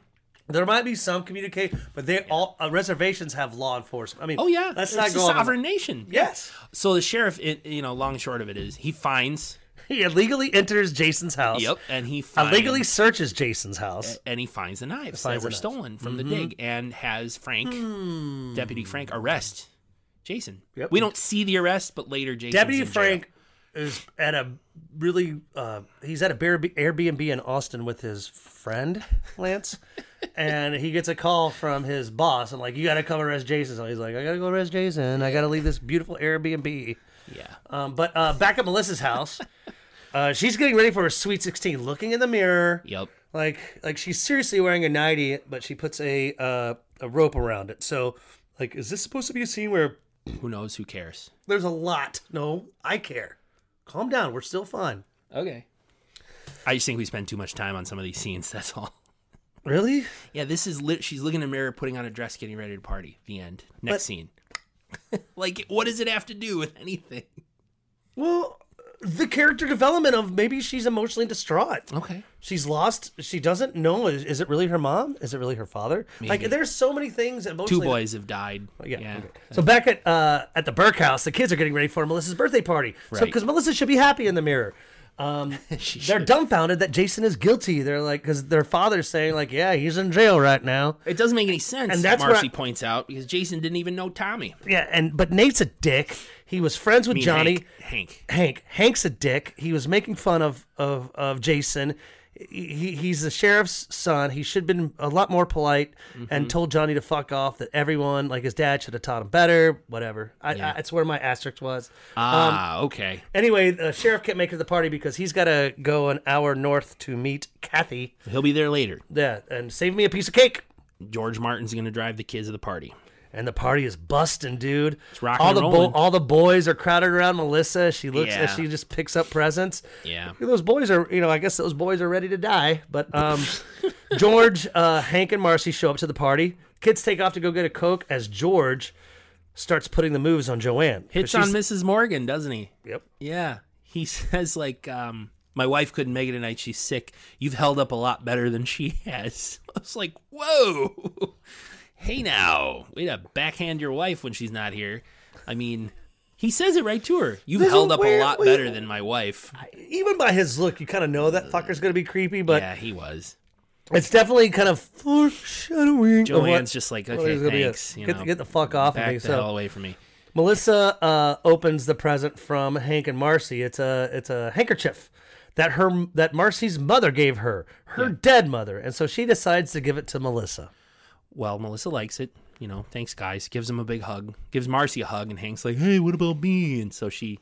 There might be some communication, but they all uh, reservations have law enforcement. I mean,
oh yeah,
let's
it's
not
a
go on-
sovereign nation.
Yes,
So the sheriff, it, you know, long and short of it is, he finds.
he illegally enters Jason's house.
Yep, and he finds,
Illegally searches Jason's house.
and he finds the knives
Finds the
that were
knives. Mm-hmm. Hmm.
stolen from the dig, and has Frank, Deputy Frank, arrest Jason.
Yep.
We don't see the arrest, but later Jason.
Deputy Frank is at a really uh, he's at a Bear- Airbnb in Austin with his friend Lance, and he gets a call from his boss and like you got to come arrest Jason. So he's like, I gotta go arrest Jason. I gotta leave this beautiful Airbnb.
Yeah.
Um, but uh, back at Melissa's house, uh, she's getting ready for her sweet sixteen. Looking in the mirror,
Yep.
like like she's seriously wearing a nightie, but she puts a uh, a rope around it. So like, is this supposed to be a scene where
Who knows? Who cares?
there's a lot? No, I care. Calm down. We're still fine.
Okay. I just think we spend too much time on some of these scenes. That's all.
Really?
Yeah, this is lit. She's looking in the mirror, putting on a dress, getting ready to party. The end. Next
But-
scene. like, what does it have to do with anything?
Well, the character development of maybe she's emotionally distraught.
Okay.
She's lost. She doesn't know. Is, is it really her mom? Is it really her father? Like, there's so many things
Two
emotionally.
boys have died.
Yeah. okay. So back at uh, at the Burke house, the kids are getting ready for Melissa's birthday party. So
Right.
because Melissa should be happy in the mirror. Um,
She
they're dumbfounded that Jason is guilty. They're like, because their father's saying like, yeah, he's in jail right now.
It doesn't make any sense.
And
And
that's
that's
where
Marcy
I-
points out because Jason didn't even know Tommy.
Yeah, and but Nate's a dick. He was friends with
I mean,
Johnny.
Hank. Hank.
Hank. Hank's a dick. He was making fun of of, of Jason. He, he's the sheriff's son. He should have been a lot more polite
Mm-hmm.
and told Johnny to fuck off. That everyone, like his dad, should have taught him better. Whatever. I, I, that's where my asterisk was.
Ah, okay.
Anyway, the sheriff can't make it to the party because he's got to go an hour north to meet Kathy.
He'll be there later.
Yeah, and save me a piece of cake.
George Martin's going to drive the kids to the party.
And the party is busting, dude. It's
rocking
all
and
the
rolling.
all the boys are crowded around Melissa. She looks as
Yeah.
she just picks up presents.
Yeah.
Those boys are, you know, I guess those boys are ready to die. But um, George, uh, Hank, and Marcy show up to the party. Kids take off to go get a coke as George starts putting the moves on Joanne. 'Cause
Hits
she's-
on Mrs. Morgan, doesn't he?
Yep.
Yeah. He says, like, um, my wife couldn't make it tonight. She's sick. You've held up a lot better than she has. I was like, whoa. Hey, now. Way to backhand your wife when she's not here. I mean, he says it right to her. You've
There's a
held up
weird
a lot
way-
better than my wife.
Even by his look, you kind of know that fucker's gonna be creepy. But
yeah, he was.
It's definitely kind of foreshadowing. of what-
Joanne's just like,
what
okay,
he's gonna be
thanks.
at.
You
get,
know,
get the fuck off of
back
me.
the hell
So
away from me.
Melissa uh, opens the present from Hank and Marcy. It's a it's a handkerchief that her that Marcy's mother gave her, her dead mother, and so she decides to give it to Melissa.
Well, Melissa likes it. You know, thanks, guys. Gives him a big hug. Gives Marcy a hug, and Hank's like, hey, what about me? And so she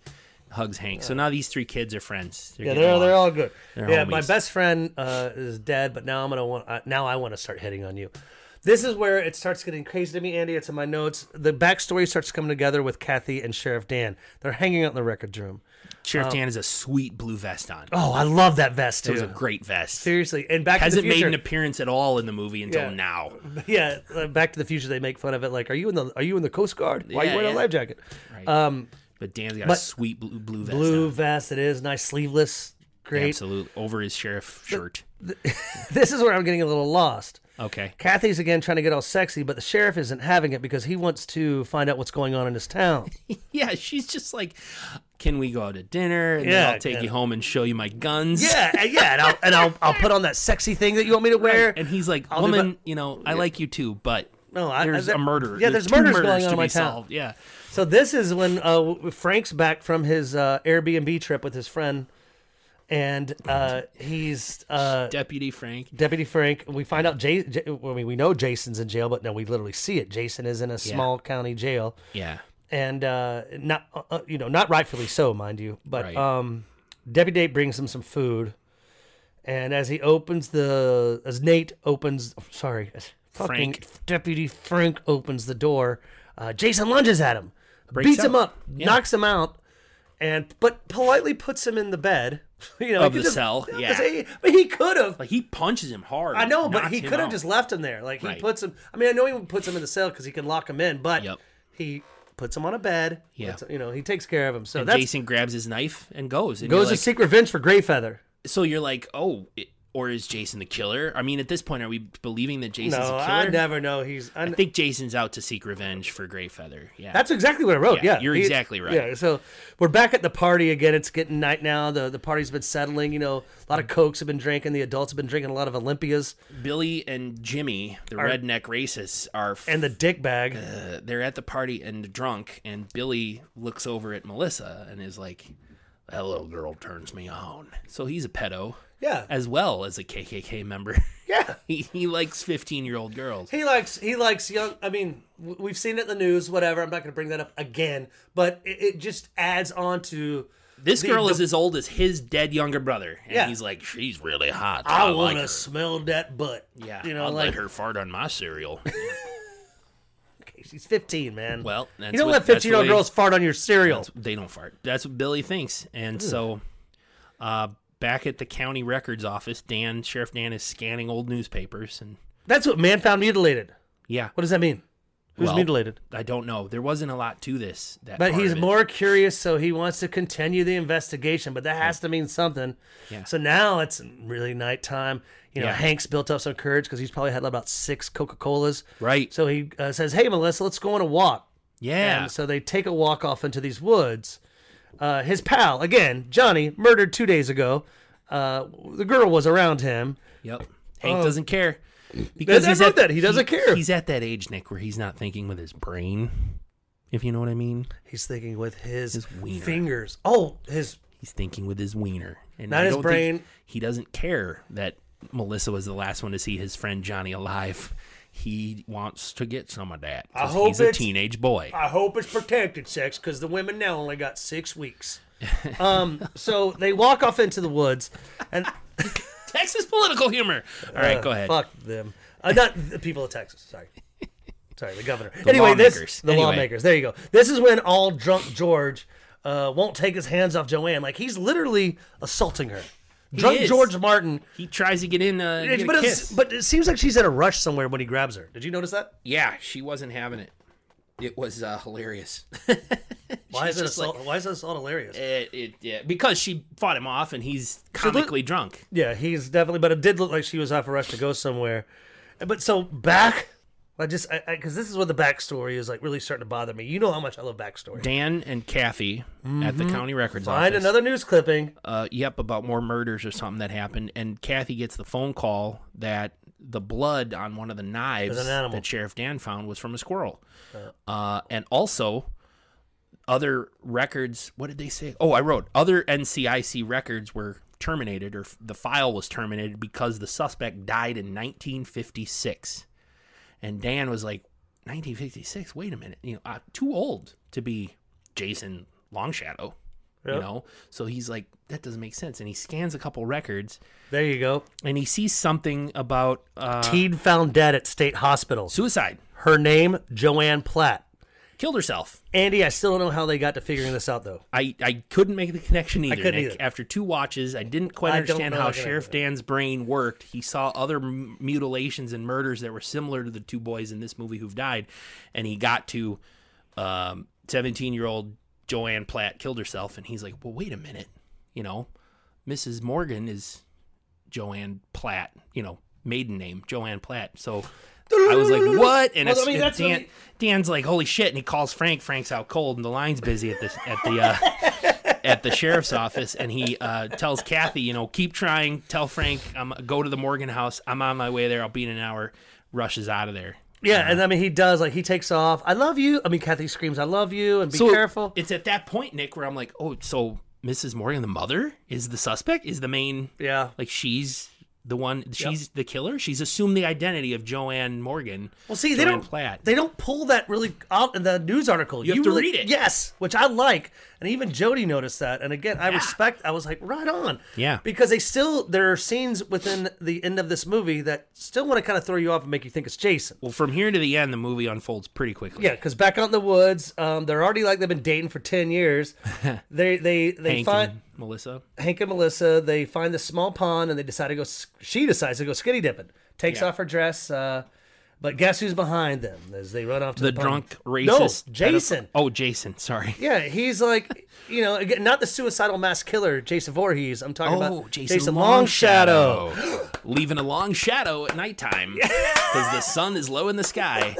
hugs Hank. So now these three kids are friends.
Yeah,
getting
they're
along.
they're all good.
They're
yeah, my
homies.
best friend uh, is dead, but now I'm gonna want uh, now I want to start hitting on you. This is where it starts getting crazy to me, Andy. It's in my notes. The backstory starts coming together with Kathy and Sheriff Dan. They're hanging out in the records room.
Sheriff Dan has a sweet blue vest on.
Oh, I love that vest too.
it was a great vest.
Seriously, and Back to
Hasn't
the
made
Future.
an appearance at all in the movie
Yeah.
until now.
yeah, uh, Back to the Future. They make fun of it. Like, are you in the are you in the Coast Guard? Why are you
Yeah,
wearing a
yeah.
life jacket?
Right? but Dan's got a sweet blue, blue vest
Um, Blue
on.
vest. It is nice, sleeveless. Great.
Absolutely. Over his sheriff shirt.
This is where I'm getting a little lost.
Okay.
Kathy's again trying to get all sexy, but the sheriff isn't having it because he wants to find out what's going on in his town.
Yeah, she's just like, can we go out to dinner? And
Yeah,
then I'll take
yeah.
you home and show you my guns.
yeah, and- yeah, and I'll and I'll, I'll put on that sexy thing that you want me to wear.
And he's like,
I'll do
woman, you know, I like you too, but
No, I- I-
there's
there-
a murder.
yeah, there's
two
murders going on
to
in my
be
town.
solved. Yeah.
So this is when uh, Frank's back from his uh, Airbnb trip with his friend, and uh, he's uh,
Deputy Frank.
Deputy Frank. We find out Jay. J- I mean, we know Jason's in jail, but no, we literally see it. Jason is in a small county jail,
Yeah.
and uh, not uh, uh, you know not rightfully so, mind you. But
Right.
um, Deputy Date brings him some food, And as he opens the, as Nate opens, I'm sorry, as fucking
Frank.
Deputy Frank opens the door, uh, Jason lunges at him, beats him
out.
up, knocks him out, and but politely puts him in the bed. You know,
Of
he
the cell, yeah.
he- but he could have.
Like he punches him hard.
I know, but
knocks
he
him
could have
out.
just left him there. Like he
Right.
puts him. I mean, I know he puts him in the cell because he can lock him in, but
Yep.
he puts him on a bed.
Yeah.
puts- you know, he takes care of him. So
And
that's
Jason grabs his knife and goes. And
goes
you're
to
like,
seek revenge for Greyfeather.
so you're like, oh, it, or is Jason the killer? I mean, at this point, are we believing that Jason's
No,
a
I
killer?
never know. He's. I,
I think Jason's out to seek revenge for Greyfeather. Yeah,
that's exactly what I wrote.
Yeah,
Yeah,
you're exactly right.
Yeah, so we're back at the party again. It's getting night now. the The party's been settling. You know, a lot of cokes have been drinking. The adults have been drinking a lot of Olympias
Billy and Jimmy, the redneck racists, are f-
and the dick bag.
uh, they're at the party and they're drunk, and Billy looks over at Melissa and is like, "That little girl turns me on." So he's a pedo,
Yeah.
as well as a KKK member.
Yeah.
he, he likes fifteen year old girls.
He likes he likes young. I mean, w- we've seen it in the news. Whatever. I'm not going to bring that up again. But it, it just adds on to.
This
the-
girl
the-
is as old as his dead younger brother, and
Yeah.
he's like, "She's really hot.
I,
like
want
her."
to smell that butt.
Yeah,
You know,
I'll
like
let her fart on my cereal.
she's 15, man.
Well, that's
you don't
what-
let
that's
15 year old
the way-
girls fart on your cereal.
they don't fart. That's what Billy thinks. And
Hmm.
so, uh, back at the county records office, Dan, Sheriff Dan, is scanning old newspapers, and
That's what man found mutilated.
yeah,
What does that mean? Who's
Well,
mutilated?
I don't know. There wasn't a lot to this. That
But
part
he's
of it.
more curious, so he wants to continue the investigation. But that has to mean something.
Yeah.
So now it's really nighttime. You know,
Yeah.
Hank's built up some courage because he's probably had about six Coca Colas.
Right.
So he uh, says, "Hey, Melissa, let's go on a walk."
Yeah,
And so they take a walk off into these woods. Uh, his pal, again, Johnny, murdered two days ago. Uh, the girl was around him.
yep. Hank doesn't care because
I
he's
wrote
at
that. He doesn't care.
He's at that age, Nick, where he's not thinking with his brain. If you know what I mean,
He's thinking with his,
His wiener.
fingers. Oh, his
he's thinking with his wiener, and
Not
I
his
don't think-
brain.
He doesn't care that Melissa was the last one to see his friend Johnny alive. He wants to get some of that. 'cause
I hope
he's a
it's-
teenage boy.
I hope it's protected sex because the women now only got six weeks. um, so they walk off into the woods, and
Texas political humor. All right,
uh,
go ahead.
Fuck them. Uh, not the people of Texas. Sorry. Sorry, the governor. anyway,
lawmakers.
this the
Anyway.
lawmakers. There you go. This is when all drunk George uh, won't take his hands off Joanne. Like he's literally assaulting her. Drunk
is.
George Martin.
He tries to get in uh, and get
But,
a
it's,
kiss.
but it seems like she's at a rush somewhere when he grabs her. Did you notice that?
yeah, she wasn't having it. It was uh, hilarious.
Why is,
She's
it
just like- Eh.
assault, why is it assault hilarious?
It, it, yeah, because she fought him off, and he's comically drunk.
Yeah, he's definitely. But it did look like she was off a rush to go somewhere. But so back, I just because I, because this is where the backstory is like really starting to bother me. You know how much I love backstory.
Dan and Kathy at the county records
Mm-hmm. Find
office.
another news clipping.
uh, yep, about more murders or something that happened. And Kathy gets the phone call that the blood on one of the knives
an animal.
that Sheriff Dan found was from a squirrel. Uh, and also, other records. What did they say? Oh, I wrote other NCIC records were terminated, or f- the file was terminated because the suspect died in 1956. And Dan was like, 1956. Wait a minute, you know, i too old to be Jason Longshadow. You
Yep.
know, so he's like, that doesn't make sense. And he scans a couple records,
There you go.
and he sees something about uh,
Teed found dead at state hospital.
suicide,
Her name Joanne Platt.
killed herself.
Andy, I still don't know how they got to figuring this out though.
I, I couldn't make the connection either,
couldn't
Nick.
either.
After two watches, I didn't quite
I don't
understand
know
how
how to
Sheriff Dan's brain worked. He saw other m- mutilations and murders that were similar to the two boys in this movie who've died, and he got to um, 17-year-old Joanne Platt killed herself, and he's like, well, wait a minute, you know, Mrs. Morgan is Joanne Platt, you know, maiden name, Joanne Platt. So I was like, what? And,
Well, I
it's-
mean,
and
that's
Dan,
really-
Dan's like, holy shit. And he calls Frank. Frank's out cold and the line's busy at the, at the, uh, at the sheriff's office. And he uh, tells Kathy, you know, keep trying. Tell Frank, I'm go to the Morgan house. I'm on my way there. I'll be in an hour. Rushes out of there.
Yeah, and I mean he does like he takes off. I love you. I mean Kathy screams, "I love you," and be careful.
It's at that point, Nick, where I'm like, oh, so Mrs. Morgan, the mother, is the suspect, is the main
yeah.
Like she's the one. She's the killer. She's assumed the identity of Joanne Morgan.
Well, see, they
Joanne
don't
Platt.
they don't pull that really out in the news article.
You have to
really-
read it.
Yes, which I like, and And even Jody noticed that. And again, I respect. I was like, right on.
Yeah.
Because they still there are scenes within the end of this movie that still want to kind of throw you off and make you think it's Jason.
Well, from here to the end, the movie unfolds pretty quickly.
Yeah, because back out in the woods, um, they're already like they've been dating for ten years. they they they
Hank
find
and Melissa.
Hank and Melissa. They find this small pond and they decide to go. s- She decides to go skinny dipping. Takes
Yeah.
off her dress. Uh, but guess who's behind them as they run off to
The
the,
drunk
pond?
racist.
No,
pedoph-
Jason.
Oh, Jason. Sorry.
Yeah, he's like, you know, again, not the suicidal mass killer, Jason Voorhees. I'm talking
Oh,
about
Jason,
Longshadow.
Longshadow. Leaving a long shadow at nighttime because the sun is low in the sky.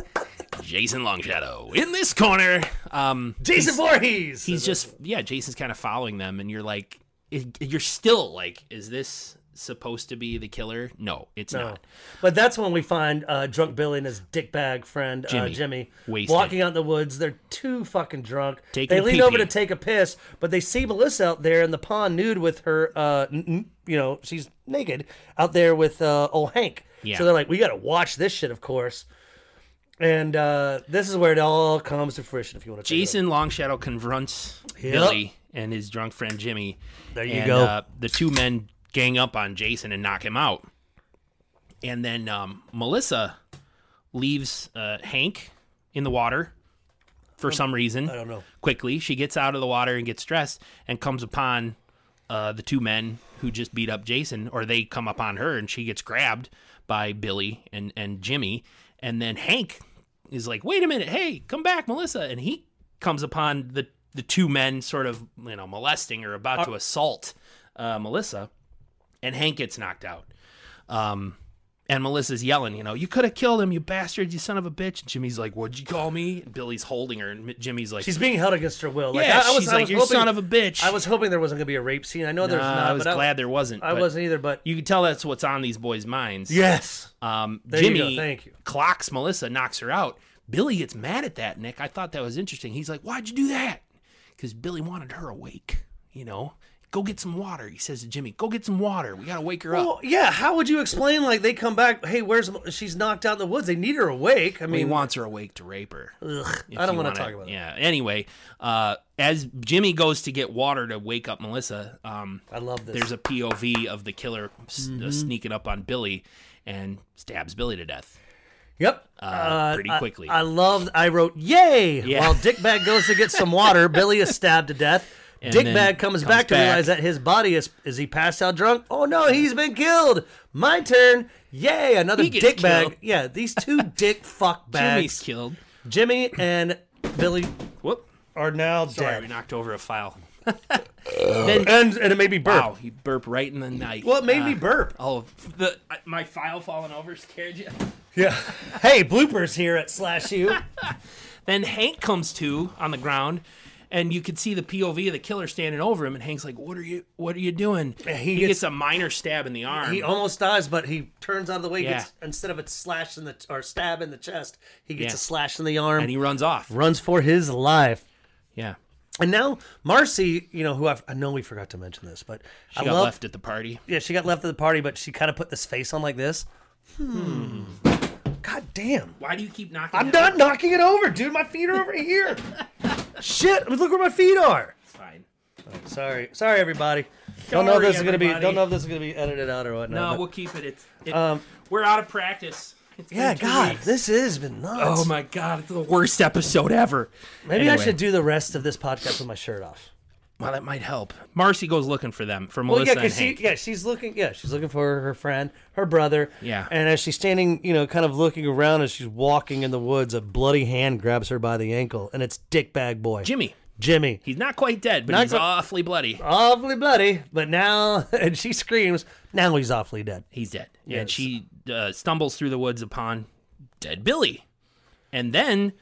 Jason Longshadow in this corner. Um,
Jason Voorhees.
he's just yeah. Jason's kind of following them, and you're like, it- you're still like, is this supposed to be the killer? No, it's
No.
not.
But that's when we find uh, drunk Billy and his dickbag friend Jimmy, uh,
Jimmy.
Jimmy
Wasted.
walking out in the woods. They're too fucking drunk.
Taking
they
a
lean over to
pee-pee.
take a piss, but they see Melissa out there in the pond nude with her, uh, n- n- you know, she's naked out there with uh, old Hank.
Yeah.
So they're like, we got to watch this shit, of course. And uh, this is where it all comes to fruition. If you want to,
Jason Longshadow confronts Billy and his drunk friend Jimmy.
There you
and,
go.
Uh, the two men gang up on Jason and knock him out. And then um, Melissa leaves uh, Hank in the water for some reason.
Oh, I don't know.
Quickly, she gets out of the water and gets dressed and comes upon uh, the two men who just beat up Jason, or they come upon her and she gets grabbed by Billy and, and Jimmy. And then Hank is like, wait a minute, hey, come back, Melissa. And he comes upon the, the two men sort of, you know, molesting or about to assault uh, Melissa. And Hank gets knocked out. Um, and Melissa's yelling, you know, you could have killed him, you bastard, you son of a bitch. And Jimmy's like, what'd you call me? And Billy's holding her, and Jimmy's like,
She's being held against her will. Like,
yeah,
I, I was,
she's
I
like,
was
you
hoping,
son of a bitch.
I was hoping there wasn't going to be a rape scene. I know
Nah,
there's not.
I was
but
glad there wasn't.
I
but
wasn't either, but
You can tell that's what's on these boys' minds.
yes,
Um,
There you
Jimmy
go, thank you.
clocks Melissa, knocks her out. Billy gets mad at that, Nick. I thought that was interesting. He's like, why'd you do that? Because Billy wanted her awake, you know? Go get some water. He says to Jimmy, go get some water. We got to wake her up.
Well, yeah. How would you explain? Like they come back. Hey, where's she's knocked out in the woods? They need her awake. I
He
mean,
wants her awake to rape her.
ugh,
if
I don't want to
you wanna-
talk about it.
Yeah. Anyway, uh, as Jimmy goes to get water to wake up Melissa, um,
I love this. Mm-hmm.
there's a POV of the killer s- uh, sneaking up on Billy and stabs Billy to death.
yep. Uh,
pretty
I-
quickly.
I, loved. I wrote yay
Yeah.
while Dickbag goes to get some water. Billy is stabbed to death.
And then
Dickbag comes,
comes
back to
back.
realize that his body is is he passed out drunk? Oh no, he's been killed. My turn. Yay! Another
He gets killed.
dickbag. Yeah, these two dick fuck bags.
Jimmy's killed.
Jimmy and Billy
Whoop.
are now
Sorry, we
dead.
knocked over a file.
And and it made me burp.
Wow, you burp right in the night.
Well, it made me
Uh,
burp.
Oh, the I- my file falling over scared you.
Yeah. hey, bloopers here at Slash U.
Then Hank comes to on the ground, and you can see the POV of the killer standing over him. And Hank's like, "What are you? What are you doing?"
he
he
gets-
gets, a minor stab in the arm.
He almost dies, but he turns out of the way.
Yeah.
Gets, instead of a slash in the or stab in the chest, he gets
Yeah.
a slash in the arm.
and he runs off.
runs for his life.
Yeah,
And now Marcy, you know who I've, I know we forgot to mention this, but
she
I
got
love.
left at the party.
Yeah, she got left at the party, but she kind of put this face on like this. Hmm. God damn.
Why do you keep knocking?
I'm
it
not
over?
knocking it over, dude. My feet are over here. Shit! Look where my feet are.
It's fine.
Sorry, sorry, everybody. Don't,
Don't
know if
worry,
this is gonna be.
everybody.
Don't know if this is gonna be edited out or whatnot.
No,
but- Um,
we'll keep it. It's it, we're out of practice. It's been
yeah,
two
God,
weeks.
this has been nuts.
Oh my God, it's the worst episode ever.
Maybe I
Anyway.
should do the rest of this podcast with my shirt off.
Well, that might help. Marcy goes looking for them for
Well, yeah,
Melissa and
because she,
Hank.
yeah, she's looking, yeah, she's looking for her friend, her brother.
Yeah.
And as she's standing, you know, kind of looking around as she's walking in the woods, a bloody hand grabs her by the ankle, and it's Dickbag Boy,
Jimmy,
Jimmy.
he's not quite dead, but
Not
he's
quite-
awfully bloody.
Awfully bloody, but now, and she screams, now he's awfully dead.
He's dead.
Yes.
And she uh, stumbles through the woods upon dead Billy. And then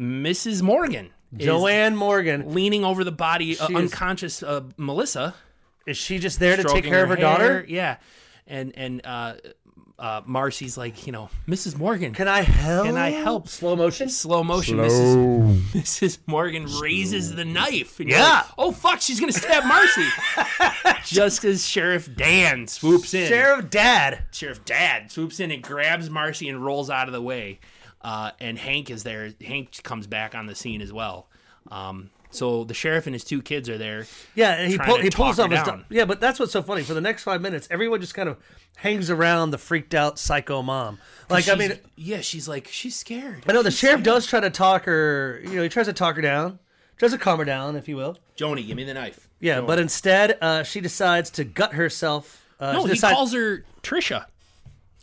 Mrs. Morgan is
Joanne Morgan,
leaning over the body, uh,
She is-
unconscious uh, Melissa.
is she just there to take
stroking
care of her daughter?
hair. Yeah. And, and uh, uh, Marcy's like, you know, Mrs. Morgan.
Can I help?
Can I help?
Slow motion.
slow motion. Mrs. Mrs. Morgan raises the knife. and you're
Yeah.
like, oh fuck, she's gonna stab Marcy. Just as Sheriff Dan swoops in,
Sheriff Dad.
Sheriff Dad swoops in and grabs Marcy and rolls out of the way. Uh, and Hank is there. Hank comes back on the scene as well. Um, So the sheriff and his two kids are there.
Yeah, and he
trying
pull,
to
he pulls
talk
off
her
his.
down.
Yeah, but that's what's so funny. For the next five minutes, everyone just kind of hangs around the freaked out psycho mom. Like I
She's-
mean,
yeah, she's like she's scared.
I know the sheriff does try to talk her. You know, he tries to talk her down, tries to calm her down, if you will.
Joni, give me the knife.
Yeah, but instead, uh, she decides to gut herself. Uh,
No,
she
he
decide-
calls her Trisha.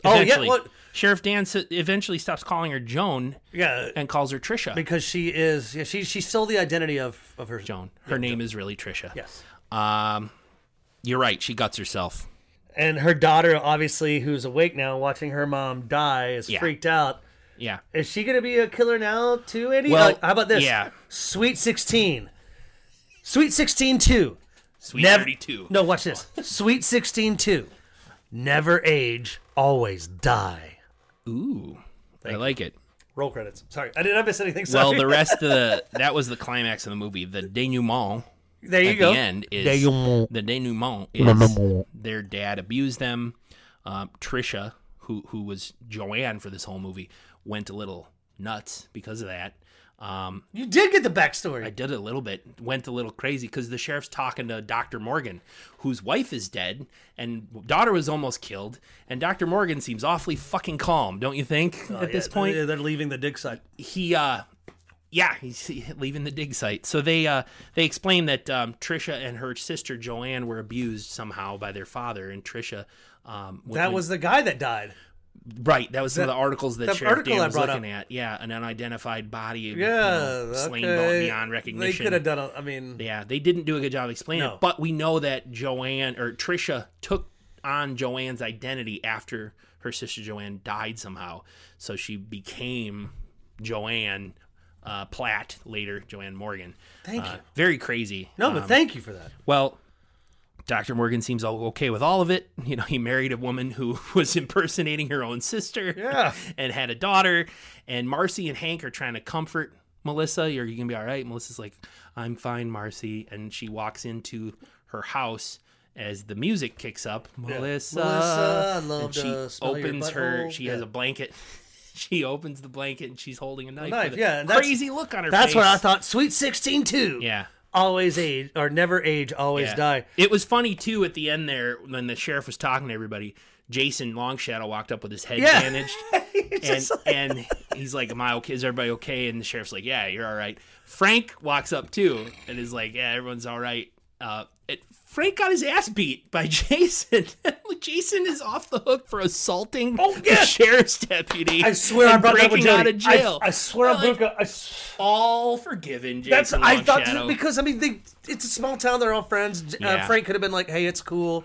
Oh, yeah,
eventually.
what-
Sheriff Dan s- eventually stops calling her Joan
Yeah,
and calls her Trisha.
because she is. Yeah, she she's still the identity of of her.
Joan. Her name is really Trisha.
Yes.
Um, you're right. She guts herself.
And her daughter, obviously, who's awake now, watching her mom die, is
Yeah.
freaked out.
Yeah.
Is she gonna be a killer now too, Andy?
Well,
Like, how about this?
yeah.
Sweet sixteen. Sweet sixteen two.
Sweet
Never-
32.
No, watch this. Sweet sixteen two. Never age, always die.
Ooh, I like it.
Roll credits. Sorry, I didn't miss anything. Sorry.
Well, the rest of the that was the climax of the movie. The denouement
there you
at
go.
the end is
Denouement.
the denouement is their dad abused them. Um, Trisha, who who was Joanne for this whole movie, went a little nuts because of that. Um,
You did get the backstory.
I did a little bit, went a little crazy because the sheriff's talking to Dr. Morgan, whose wife is dead and daughter was almost killed. And Dr. Morgan seems awfully fucking calm, don't you think?
Oh,
at this point,
they're leaving the dig site.
he, uh, yeah, he's leaving the dig site. So they uh, they explain that um, Trisha and her sister Joanne were abused somehow by their father, and Trisha. Um, went-
That was the guy that died.
right. That was some of the articles that
that
Sheriff
article
Dan
I
was
brought
looking at. Yeah, an unidentified body. you
Yeah,
know, slain
okay.
beyond
They
recognition.
could have done. A, I mean,
Yeah, they didn't do a good job explaining
No.
it, but we know that Joanne or Trisha took on Joanne's identity after her sister Joanne died somehow. So she became Joanne uh, Platt later, Joanne Morgan.
Thank
Uh,
you.
Very crazy.
no, but thank you for that.
Well, Dr. Morgan seems all okay with all of it. You know, he married a woman who was impersonating her own sister
Yeah.
and had a daughter. And Marcy and Hank are trying to comfort Melissa. Are you going to be all right? Melissa's like, I'm fine, Marcy. And she walks into her house as the music kicks up. Melissa.
Melissa, I love
and she
to smell your
opens her,
butthole.
she
Yeah.
has a blanket. She opens the blanket and she's holding a knife.
knife,
with a
yeah, and that's-
crazy look on her
That's
face.
what I thought. Sweet sixteen two.
Yeah.
Always age or never age, always
Yeah.
die.
It was funny too at the end there when the sheriff was talking to everybody. Jason Longshadow walked up with his head
Yeah.
bandaged, and
just like-
and he's like, "Am I okay? Is everybody okay?" And the sheriff's like, "Yeah, you're all right." Frank walks up too and is like, "Yeah, everyone's all right." Uh, it, Frank got his ass beat by Jason. Jason is off the hook for assaulting
Oh,
the
yeah.
sheriff's deputy.
I swear I
and
brought that up with
breaking out of
Jody. I-
jail.
I, swear I broke up. I s-
all forgiven. Jason
That's I thought
Longshadow.
that- because I mean they, it's a small town. They're all friends. J- Uh,
Yeah.
Frank could have been like, "Hey, it's cool.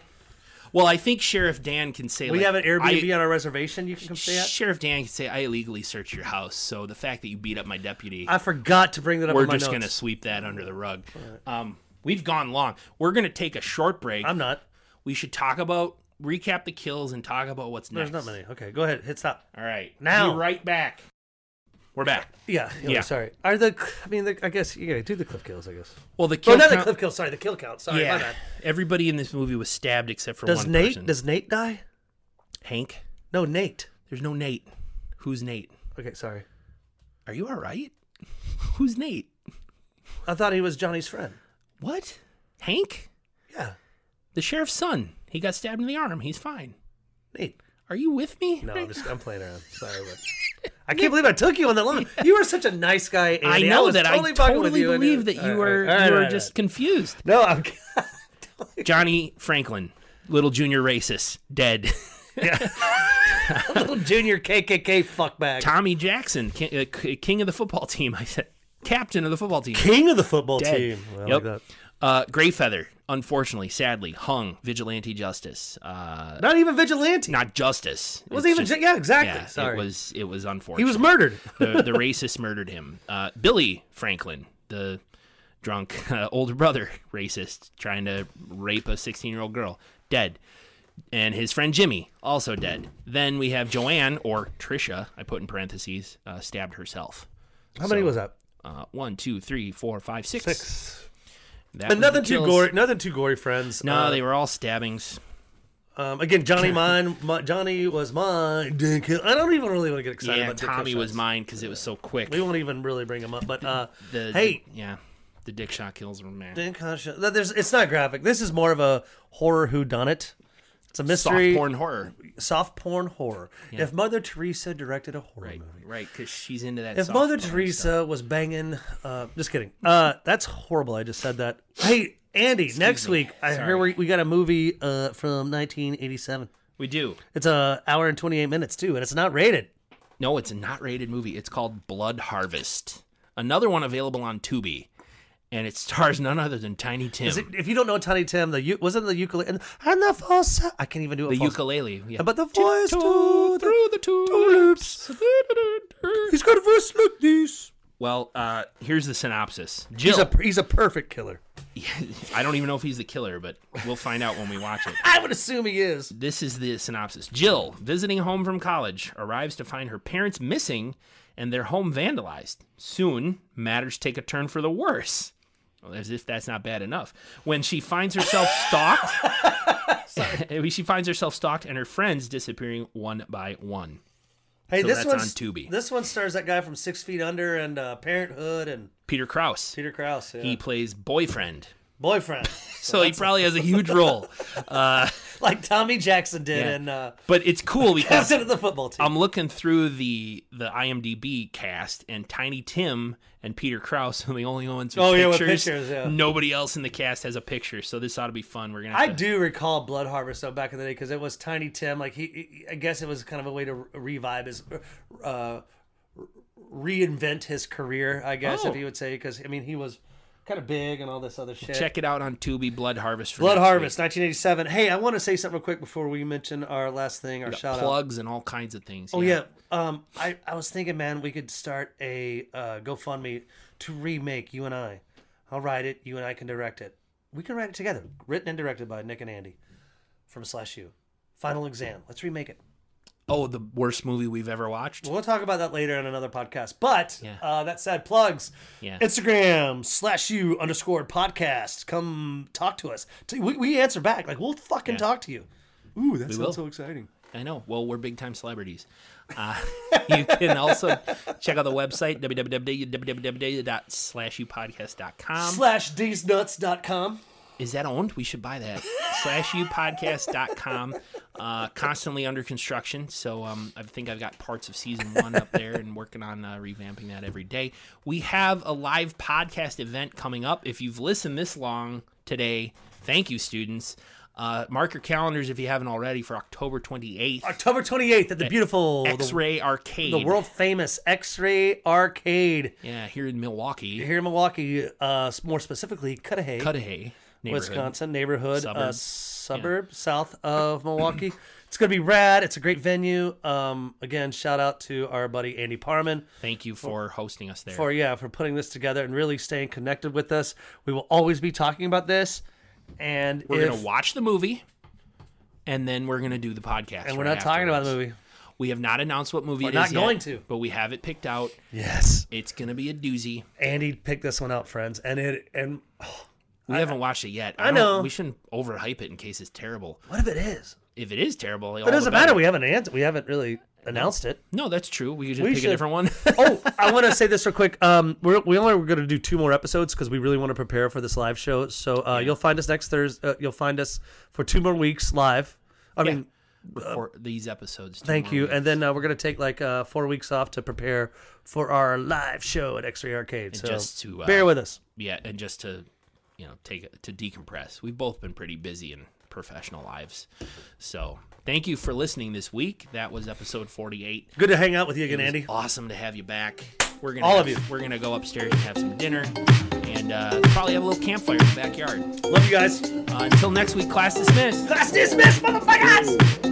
Well, I think Sheriff Dan can say
We
like,
have an
I-
Airbnb on our reservation. You can come stay at."
Sheriff Dan can say, I illegally searched your house, so the fact that you beat up my deputy,
I forgot to bring that up.
we're
in my
just going to
notes.
sweep that under the rug. Um, we've gone long. We're going to take a short break.
I'm not.
we should talk about, recap the kills, and talk about what's
There's
next.
not many. Okay, go ahead. Hit stop.
All right.
Now.
Be right back. We're back.
Yeah. Yeah.
Yeah.
Sorry. Are the? I mean, the, I guess you gotta do the clip kills. I guess.
Well, the kill
Oh, not the
count-
clip kills. Sorry, the kill count. Sorry, my
yeah.
bad.
Everybody in this movie was stabbed except for
Does
one
Nate?
person.
Does Nate die?
Hank?
No, Nate.
There's no Nate. Who's Nate?
Okay, sorry.
Are you all right? Who's Nate?
I thought he was Johnny's friend.
What? Hank?
Yeah,
The sheriff's son. He got stabbed in the arm. He's fine.
Nate.
Are you with me?
No,
right
I'm just I'm playing around. Sorry, but I can't believe I took you on that long. You were such a nice guy. Andy.
I know
was
that
totally
I
fucking
totally
with you. I knew-
believe that you
All right,
were
all right,
you
all
were
right,
just
all
confused.
right. no. I'm
Johnny Franklin, little junior racist, dead.
a little junior KKK fuckbag.
Tommy Jackson, ki- uh, k- king of the football team. I said captain of the football team.
King of the football
Dead.
team. Well, I
yep.
like
uh, Greyfeather, unfortunately, sadly, hung vigilante justice. Uh,
that. Not even vigilante.
not justice.
was even
just-
yeah exactly.
yeah,
Sorry,
it was it was unfortunate.
he was murdered.
the, the racist murdered him. Uh, Billy Franklin, the drunk uh, older brother racist, trying to rape a 16 year old girl, dead. And his friend Jimmy, also dead. Then we have Joanne, or Trisha, I put in parentheses, uh, stabbed herself.
How many was that?
Uh, one, two, three, four, five, six.
Six.
That was
And nothing
the
too
kills.
gory. Nothing too gory, friends.
No,
Uh,
they were all stabbings.
Um, again, Johnny mine. My, Johnny was mine. Didn't kill- I don't even really want to get excited
Yeah,
about dick
Tommy
kill
was
shots.
mine because it was so quick.
We won't even really bring him up. But uh,
The-
hey,
yeah. The dick shot kills were meh.
Didn't kinda show- that there's- it's not graphic. This is more of a horror who done it. It's a mystery,
Soft porn horror.
soft porn horror. If Mother Teresa directed a horror
Right,
movie,
right, because she's into that.
if
soft
Mother
porn
Teresa was banging, uh, just kidding. Uh, that's horrible. I just said that. Hey, Andy, next
me.
week I
Sorry.
heard we, we got a movie uh, from 1987.
stuff. we do.
It's a hour and 28 minutes too, and it's not rated.
No, it's a not rated movie. It's called Blood Harvest. Another one available on Tubi, and it stars none other than Tiny Tim,
Is it- if you don't know Tiny Tim, the u- wasn't the ukulele and, and the false. I can't even do it.
the
false.
ukulele. Yeah.
But the voice to the,
through the tulips.
he's got a voice like this.
Well, uh, here's the synopsis.
He's
Jill,
a he's a perfect killer.
I don't even know if he's the killer, but we'll find out when we watch it.
I would assume he is.
This is the synopsis. Jill, visiting home from college, arrives to find her parents missing and their home vandalized. Soon, matters take a turn for the worse. Well, as if that's not bad enough. When she finds herself stalked, she finds herself stalked and her friends disappearing one by one.
Hey,
So
this
that's
one's
on Tubi.
This one stars that guy from Six Feet Under and uh, Parenthood and
Peter Krause,
Peter Krause. yeah.
he plays boyfriend.
boyfriend,
So he probably has a huge role. Uh,
like Tommy Jackson did
Yeah.
in uh,
but it's cool because
Captain of the Football Team.
I'm looking through the the IMDb cast and Tiny Tim and Peter Krause are the only ones with
Oh, yeah, with
pictures.
pictures, yeah.
Nobody else in the cast has a picture, so this ought to be fun. We're gonna.
I
Have to,
do recall Blood Harvest though back in the day because it was Tiny Tim. Like he, he- I guess it was kind of a way to re- revive his, uh, reinvent his career. I guess
Oh.
if you would say because I mean he was kind of big and all this other shit.
check it out on Tubi. Blood Harvest. For
Blood
next
Harvest, 1987. Hey, I want to say something real quick before we mention our last thing, our
week.
shout out.
plugs and all kinds of things.
Oh yeah. Um, I, I was thinking, man, we could start a uh, GoFundMe to remake You and I. I'll write it. You and I can direct it. We can write it together, written and directed by Nick and Andy from Slash U. Final exam. Let's remake it.
Oh, the worst movie we've ever watched.
We'll talk about that later in another podcast. But
Yeah.
uh, that said, plugs.
Yeah.
Instagram slash you underscore podcast. Come talk to us. T- We, we answer back. Like we'll fucking talk to you. Ooh, that
will.
sounds so exciting.
I know. Well, we're big time celebrities. Uh, you can also check out the website www.slashupodcast.com.
Slash deesnuts.com.
Is that owned? We should buy that. Slash upodcast.com. Uh, constantly under construction. So um, I think I've got parts of season one up there and working on uh, revamping that every day. We have a live podcast event coming up. If you've listened this long today, thank you, students. Uh, mark your calendars if you haven't already for October 28th.
October 28th at the beautiful the-
X Ray Arcade.
the world famous X-Ray Arcade
Yeah, here in Milwaukee,
here in Milwaukee, uh, s- more specifically Cudahy,
Cudahy, neighborhood.
Wisconsin neighborhood, suburb, uh, suburb
Suburb.
south of Milwaukee. it's gonna be rad. It's a great venue. Um, again, shout out to our buddy Andy Parman
Thank you for hosting us there.
for yeah for putting this together and really staying connected with us. We will always be talking about this, and
we're
if-
gonna watch the movie, and then we're gonna do the podcast.
and we're not talking about the movie.
We have not announced what movie
We're
it
not
is yet,
going to.
but we have it picked out.
Yes,
It's gonna be a doozy.
Andy picked this one out, friends, and it and
We haven't watched it yet. I,
I
don't-
know.
we shouldn't overhype it in case it's terrible.
what if it is?
If it is terrible,
It doesn't matter. We haven't ans- we haven't really announced it.
No, that's true. We could just
We
pick
should-
a different one.
oh, I want to say this real quick. Um, we're, we only were going to do two more episodes because we really want to prepare for this live show. So uh, you'll find us next Thursday. Uh, you'll find us for two more weeks live. I mean,
Record these episodes.
thank you.
tomorrow.
And then uh, we're going to take like uh, four weeks off to prepare for our live show at X Ray Arcade. So
just to, uh,
bear with us.
yeah, and just to you know take to decompress. We've both been pretty busy in professional lives, so thank you for listening this week. That was episode forty-eight.
Good to hang out with you again,
It was
Andy.
awesome to have you back. We're gonna
All of
have-
you.
We're gonna go upstairs and have some dinner, and uh, probably have a little campfire in the backyard.
Love you guys.
Uh, until next week, class dismissed.
Class dismissed, motherfuckers.